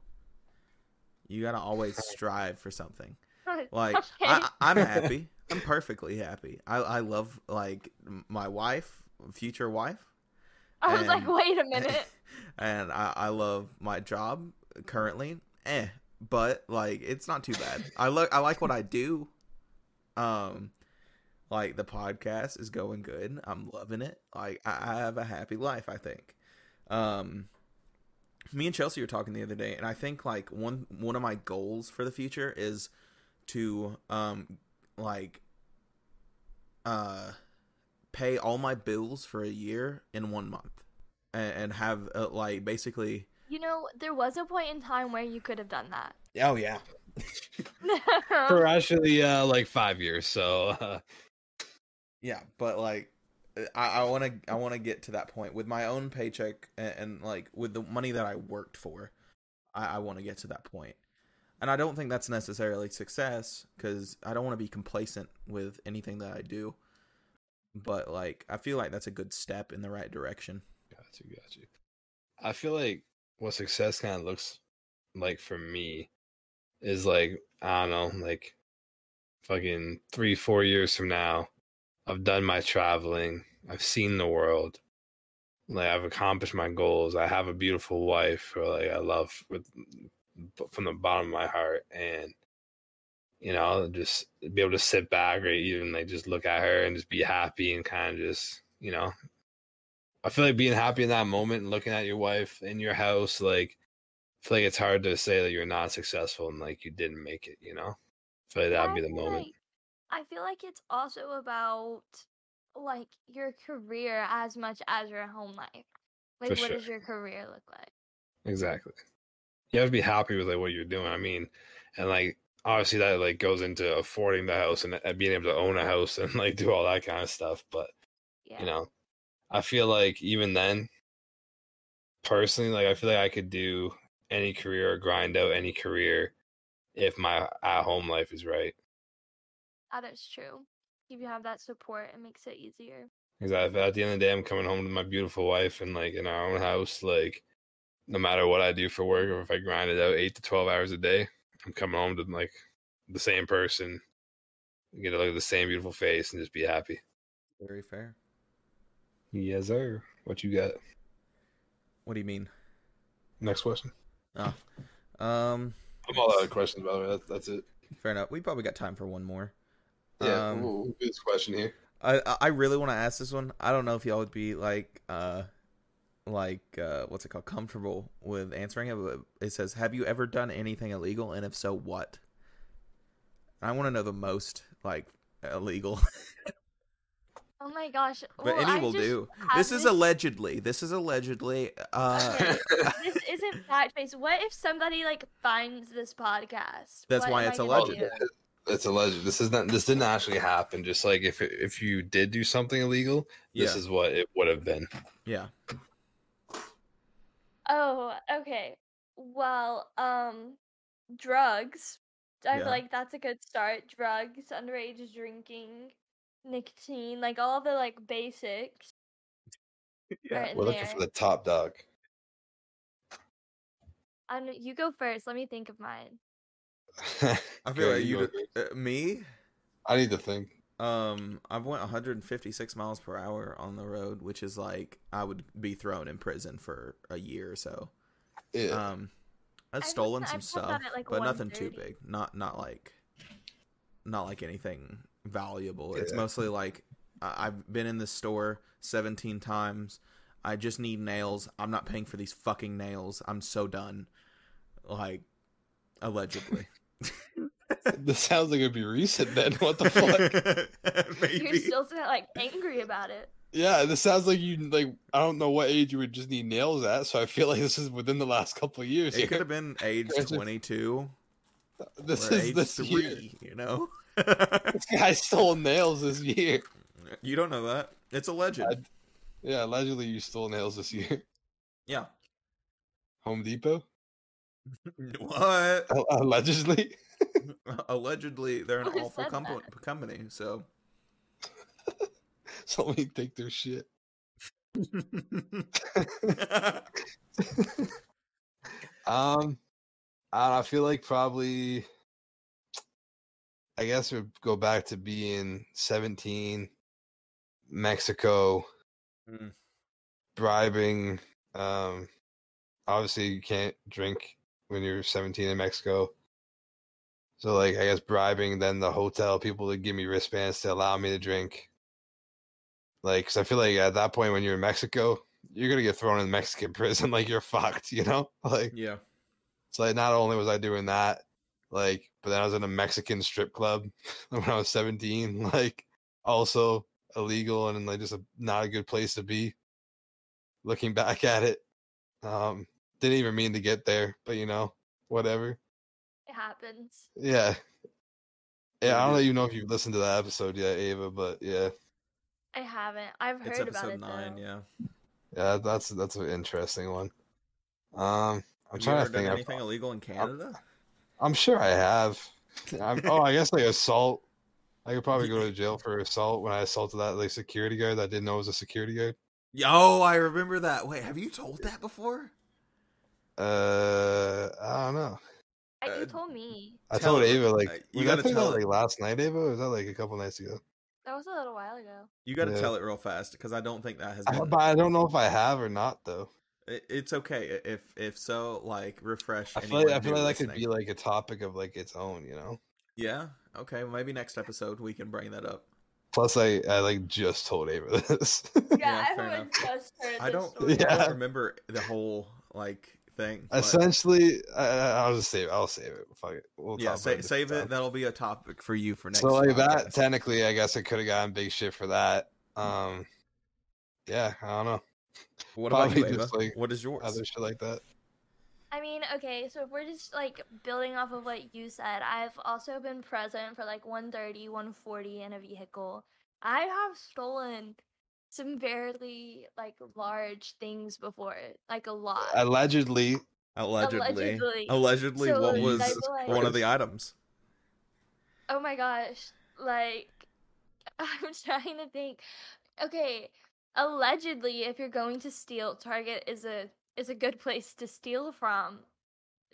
S2: You gotta always strive for something. Like I, I- I'm happy. I'm perfectly happy. I, I love like m- my wife, future wife,
S3: I was like,
S2: and-
S3: wait a minute.
S2: and I, I love my job currently. Eh, but like it's not too bad. I look I like what I do. Um, like the podcast is going good. I'm loving it. Like I, I have a happy life. I think. Um, me and Chelsea were talking the other day, and I think like one one of my goals for the future is to um like uh pay all my bills for a year in one month and, and have uh, like basically
S3: You know, there was a point in time where you could have done that.
S2: oh yeah
S1: For actually, uh, like five years. So uh,
S2: yeah but like i i want to i want to get to that point with my own paycheck and, and like with the money that i worked for i i want to get to that point and i don't think that's necessarily success because i don't want to be complacent with anything that i do but like i feel like that's a good step in the right direction
S1: Got you, got you. I feel like what success kind of looks like for me is like I don't know, like fucking three, four years from now, I've done my traveling, I've seen the world, like I've accomplished my goals, I have a beautiful wife who like I love with from the bottom of my heart, and you know, just be able to sit back or even like just look at her and just be happy and kind of just you know I feel like being happy in that moment and looking at your wife in your house, like, I feel like it's hard to say that you're not successful and like you didn't make it, you know? I feel like that'd be
S3: I
S1: the
S3: feel
S1: moment.
S3: like- I feel like it's also about like your career as much as your home life. Like,
S1: For
S3: what does
S1: sure.
S3: your career look like?
S1: Exactly. You have to be happy with like what you're doing. I mean, and like obviously that like goes into affording the house and uh, being able to own a house and like do all that kind of stuff. But
S3: Yeah.
S1: you know i feel like even then personally like i feel like i could do any career or grind out any career if my at home life is right
S3: That is true. If you have that support, it makes it easier.
S1: because at the end of the day i'm coming home to my beautiful wife and like in our own house like no matter what i do for work or if i grind it out 8 to 12 hours a day i'm coming home to like the same person get to look at the same beautiful face and just be happy
S2: very fair
S1: yes sir what you got
S2: what do you mean
S1: next question
S2: oh um
S1: i'm all out of questions by the way that's, that's it
S2: fair enough we probably got time for one more
S1: Yeah,
S2: Um,
S1: we'll, we'll do this question here.
S2: I I- I really want to ask this one. I don't know if y'all would be like uh like uh what's it called comfortable with answering it. But it says, "Have you ever done anything illegal, and if so, what?" I want to know the most like illegal,
S3: Oh my gosh.
S2: but
S3: well,
S2: any
S3: I
S2: will
S3: just
S2: do.
S3: have
S2: This is allegedly. This is allegedly. Uh,
S3: Okay. this isn't fact based. What if somebody like finds this podcast?
S2: That's
S3: What
S2: why
S3: am I
S2: it's
S3: gonna
S2: alleged.
S3: do?
S1: It's alleged. This is not. This didn't actually happen. Just like if it- if you did do something illegal, this
S2: Yeah.
S1: is what it would have been.
S2: yeah.
S3: Oh, okay. Well, um, drugs. I
S2: Yeah.
S3: feel like that's a good start. Drugs, underage drinking, nicotine, like all the like basics. are in
S1: We're looking
S3: there.
S1: for the top dog.
S3: I don't- you go first. Let me think of mine.
S2: I feel
S1: Okay,
S2: like
S1: you go
S2: you. d- uh, me.
S1: I need to think.
S2: Um, I've went 156 miles per hour on the road, which is like I would be thrown in prison for a year or so.
S1: Yeah.
S2: Um, I've
S3: I
S2: stolen
S3: remember
S2: some
S3: I pulled
S2: stuff,
S3: out at, like,
S2: but nothing too
S3: 1:30.
S2: big. Not not like, not like anything valuable. It's
S1: Yeah.
S2: mostly like I- I've been in this store 17 times. I just need nails. I'm not paying for these fucking nails. I'm so done. Like, allegedly.
S1: this sounds like it'd be recent. Then what the fuck?
S2: Maybe.
S3: You're still so, like angry about it.
S1: yeah, this sounds like you like. I don't know what age you would just need nails at. So I feel like this is within the last couple of years.
S2: It
S1: here.
S2: could have been age 22
S1: this
S2: or
S1: is
S2: age
S1: this
S2: three.
S1: year.
S2: You know.
S1: This guy stole nails this year.
S2: you don't know that. It's a legend.
S1: I- Yeah, allegedly you stole nails this year.
S2: yeah.
S1: Home Depot.
S2: what?
S1: Allegedly.
S2: Allegedly, they're an
S3: Who
S2: awful
S3: said
S2: compo-
S3: that?
S2: company. So,
S1: Somebody take their shit. Um, I, don't know, I feel like probably, I guess we would go back to being 17, Mexico,
S2: Mm.
S1: bribing. Um, obviously, you can't drink when you're 17 in Mexico. So, like, I guess bribing then the hotel people to give me wristbands to allow me to drink. Like, 'cause I feel like at that point when you're in Mexico, you're gonna get thrown in Mexican prison. Like, you're fucked. You know, like.
S2: yeah.
S1: So like, not only was I doing that, like, but then I was in a Mexican strip club when I was 17. Like, also illegal and like just a, not a good place to be. Looking back at it, um, didn't even mean to get there, but you know, whatever.
S3: It happens.
S1: Yeah. Yeah, I
S2: Yeah, it
S1: don't
S2: is.
S1: even know if you've listened to that episode yet, Ava, but yeah,
S3: I haven't. I've heard
S2: It's
S3: about
S2: episode
S3: it.
S2: nine.
S3: though.
S2: Yeah.
S1: yeah, that's that's an interesting one. Um, I'm
S2: Have you
S1: trying
S2: ever
S1: to
S2: done
S1: think. I've-
S2: anything illegal in Canada?
S1: I'm sure I have. I'm, oh, I guess like assault. I could probably go to jail for assault when I assaulted that like security guard that I didn't know was a security guard.
S2: Yo, I remember that. Wait, have you told that before?
S1: Uh, I don't know.
S3: I- you
S2: Uh,
S3: told me.
S1: I
S2: Tell
S1: told
S2: it.
S1: Ava
S2: Uh,
S1: like
S2: you
S1: was
S2: gotta
S1: that thing
S2: tell
S1: that,
S2: it.
S1: like last night, Ava. Or was that like a couple nights ago?
S3: That was a little while ago.
S2: You got to
S1: Yeah.
S2: tell it real fast because I don't think that has
S1: I,
S2: been.
S1: but I don't know if I have or not though.
S2: It- It's okay i- if if so. Like refresh.
S1: I feel like,
S2: anyone
S1: I feel
S2: new
S1: like that could be
S2: listening.
S1: like a topic of like its own, you know.
S2: Yeah. Okay. Maybe next episode we can bring that up.
S1: Plus, I I like just told Ava this.
S2: Yeah,
S3: Yeah,
S2: fair
S3: everyone
S2: enough.
S3: just heard
S2: I
S3: this
S2: don't.
S3: story.
S2: I
S1: Yeah.
S2: don't remember the whole like thing. but-
S1: Essentially, I, I- I'll just save. I'll save it. Fuck it. We'll
S2: yeah.
S1: talk
S2: Sa-
S1: about it
S2: save
S1: next
S2: it. That'll be a topic for you for next.
S1: so like that
S2: podcast.
S1: technically i guess i could have gotten big shit for that um yeah i don't know
S2: What about you,
S1: probably
S2: Ava?
S1: just, like,
S2: what is yours?
S1: other shit like that
S3: I mean, okay, so if we're just like building off of what you said, I've also been present for like 130, 140 in a vehicle. I have stolen some fairly like large things before, like a lot.
S1: allegedly
S2: Allegedly. Allegedly.
S3: Allegedly. So,
S2: what was
S3: like,
S1: Jesus
S3: like-
S2: one of the items?
S3: Oh my gosh. Like, I'm trying to think. Okay, allegedly, if you're going to steal, Target is a is a good place to steal from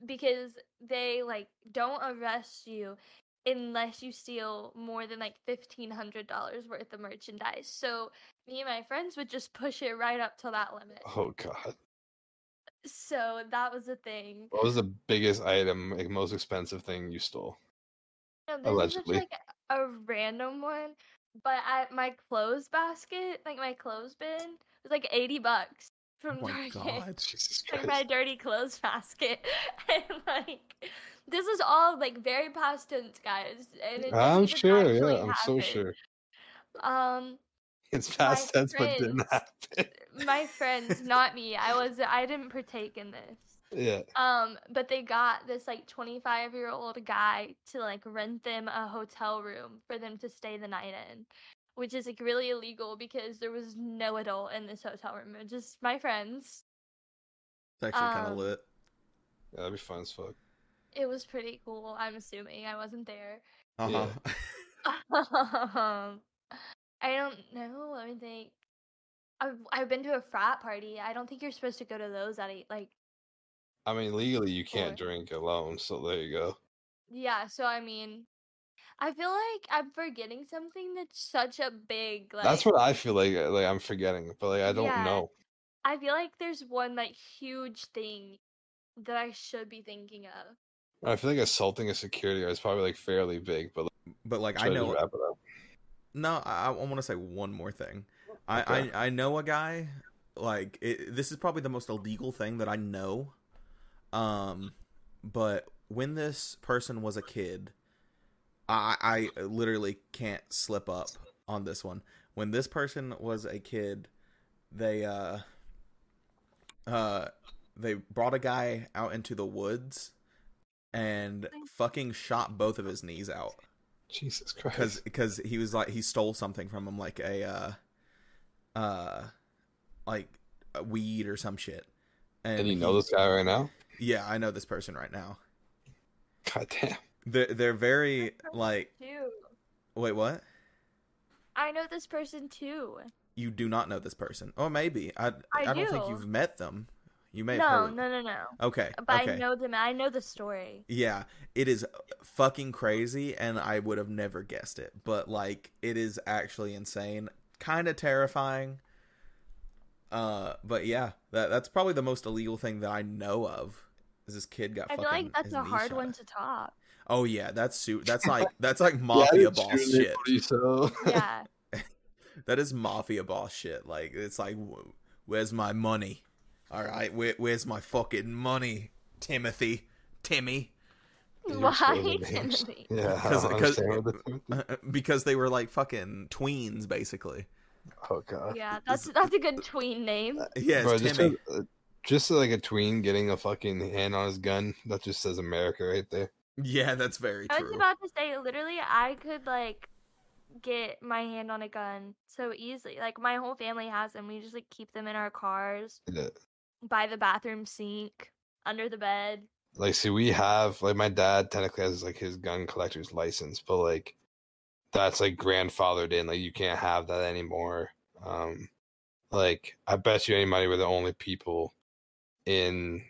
S3: because they like don't arrest you unless you steal more than like $1500 worth of merchandise. So, me and my friends would just push it right up to that limit.
S1: oh god
S3: So, that was a thing.
S1: what was the biggest item like most expensive thing you stole
S3: No, this
S1: Allegedly.
S3: is just like a random one, but I, my clothes basket, like my clothes bin, was like eighty bucks
S2: Oh
S3: from
S2: my
S3: Target.
S2: god.
S1: jesus
S3: Like my
S1: christ
S3: dirty clothes basket, and like this is all like very past tense, guys. And it didn't
S1: i'm
S3: even
S1: sure yeah
S3: actually
S1: i'm so
S3: happen.
S1: sure
S3: Um,
S1: it's past tense but didn't
S3: friends-
S1: happen
S3: my friends, not me. I was I didn't partake in this.
S1: yeah
S3: Um, but they got this like 25 year old guy to like rent them a hotel room for them to stay the night in, which is like really illegal because there was no adult in this hotel room. It was just my friends.
S2: It's actually kind
S3: Um,
S2: of lit.
S1: yeah that'd be fun as fuck
S3: It was pretty cool. I'm assuming I wasn't there.
S2: Uh huh.
S3: Um, I don't know. Let me think. I've I've been to a frat party. I don't think you're supposed to go to those at eight, like
S1: i mean legally you can't
S3: Sure.
S1: drink alone so there you go
S3: Yeah, so I mean, I feel like I'm forgetting something that's such a big like.
S1: that's what i feel like uh, like i'm forgetting but like i don't
S3: Yeah.
S1: know
S3: I feel like there's one like huge thing that I should be thinking of.
S1: i feel like assaulting a security guard is probably like fairly big but like,
S2: But like
S1: try
S2: I
S1: to
S2: know
S1: wrap it up.
S2: No, I, I want to say one more thing. I,
S1: Okay.
S2: I I know a guy. Like it, this is probably the most illegal thing that I know. Um, but when this person was a kid, I I literally can't slip up on this one. When this person was a kid, they uh uh they brought a guy out into the woods and fucking shot both of his knees out
S1: jesus christ
S2: because because he was like he stole something from him like a uh uh like a weed or some shit and
S1: And you know this guy right now?
S2: yeah, I know this person right now.
S1: God damn.
S2: They're they're very like
S3: Too.
S2: wait what?
S3: I know this person too.
S2: You do not know this person, or maybe I I,
S3: I
S2: don't think
S3: do.
S2: you've met them. You may have
S3: No,
S2: heard.
S3: no, no, no.
S2: Okay,
S3: But
S2: okay.
S3: I know them. I know the story.
S2: Yeah, it is fucking crazy, and I would have never guessed it. But like, it is actually insane, kind of terrifying. Uh, but yeah, that that's probably the most illegal thing that I know of. Is this kid got?
S3: I feel
S2: fucking
S3: like that's
S2: his
S3: a
S2: knee
S3: hard
S2: shot.
S3: one to top.
S2: Oh yeah, that's su- That's like that's like mafia boss shit.
S1: So.
S3: Yeah.
S2: That is mafia boss shit. Like it's like, wh- where's my money? All right, where, where's my fucking money, Timothy, Timmy?
S3: Why, Timothy?
S1: Yeah, I
S2: Because-
S1: don't
S2: because-
S1: understand what the-
S2: because they were like fucking tweens, basically.
S1: oh god.
S3: Yeah, that's that's a good tween name.
S2: Yeah,
S1: Bro,
S2: it's
S1: just,
S2: Timmy.
S1: uh, just like a tween getting a fucking hand on his gun, that just says America right there.
S2: Yeah, that's very
S3: I was
S2: true.
S3: about to say, literally, I could like get my hand on a gun so easily. Like my whole family has them. We just like keep them in our cars,
S1: Yeah.
S3: by the bathroom sink, under the bed.
S1: Like, see, we have like my dad technically has like his gun collector's license, but like that's like grandfathered in. Like, you can't have that anymore. Um, like, I bet you anybody were the only people in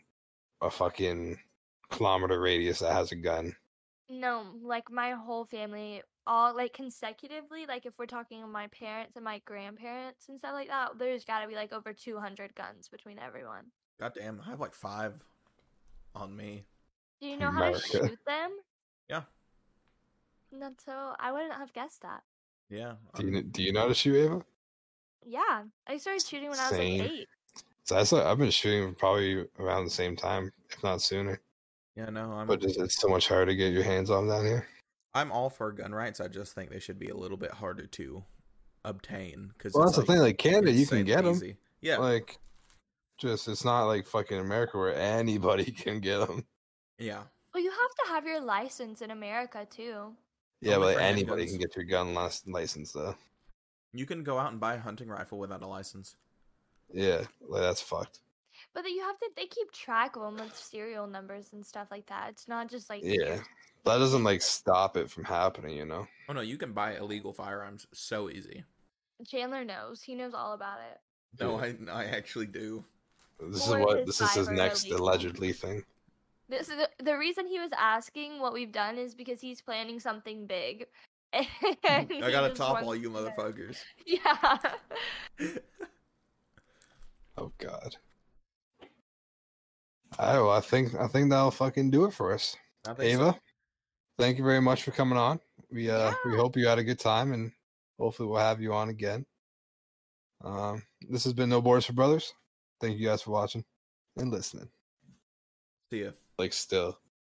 S1: a fucking kilometer radius that has a gun.
S3: No, like my whole family, all like consecutively. Like if we're talking my parents and my grandparents and stuff like that, there's got to be like over 200 guns between everyone.
S2: God damn, I have like five on me.
S3: Do you know how to
S1: America.
S3: shoot them?
S2: Yeah.
S3: Not so. I wouldn't have guessed that.
S2: Yeah.
S1: Do you, do you know how to shoot, Ava?
S3: Yeah, I started shooting when I was
S1: Same.
S3: like eight.
S1: So I saw, I've been shooting probably around the same time, if not sooner.
S2: yeah, no, I'm
S1: But just, it's so much harder to get your hands on down here.
S2: I'm all for gun rights. I just think they should be a little bit harder to obtain because
S1: Well, that's the thing. Like Canada, you can get them.
S2: Yeah,
S1: Like, just it's not like fucking America where anybody can get them.
S2: yeah.
S3: Well, you have to have your license in America too.
S1: Yeah,
S2: Only
S1: but
S2: for
S1: anybody
S2: handguns.
S1: can get your gun lic- license though.
S2: You can go out and buy a hunting rifle without a license.
S1: Yeah, like that's fucked.
S3: But then you have to. They keep track of them with serial numbers and stuff like that. It's not just like
S1: Yeah, that doesn't like stop it from happening. You know.
S2: Oh no, you can buy illegal firearms so easy.
S3: Chandler knows. He knows all about it.
S2: No,
S1: Yeah.
S2: I I actually do.
S1: This is
S3: Or
S1: what
S3: his
S1: this is his
S3: cyber
S1: next
S3: illegal.
S1: allegedly thing.
S3: This is the, the reason he was asking what we've done is because he's planning something big. And
S2: Mm-hmm. I
S3: he
S2: gotta
S3: just
S2: top
S3: wants
S2: all you
S3: to know.
S2: motherfuckers.
S3: Yeah.
S1: Oh God. I well, I think I think that'll fucking do it for us.
S2: I think so.
S1: Ava, thank you very much for coming on. We uh we
S3: Yeah.
S1: hope you had a good time and hopefully we'll have you on again. Um this has been No Borders for Brothers. Thank you guys for watching and listening.
S2: See ya.
S1: Like still.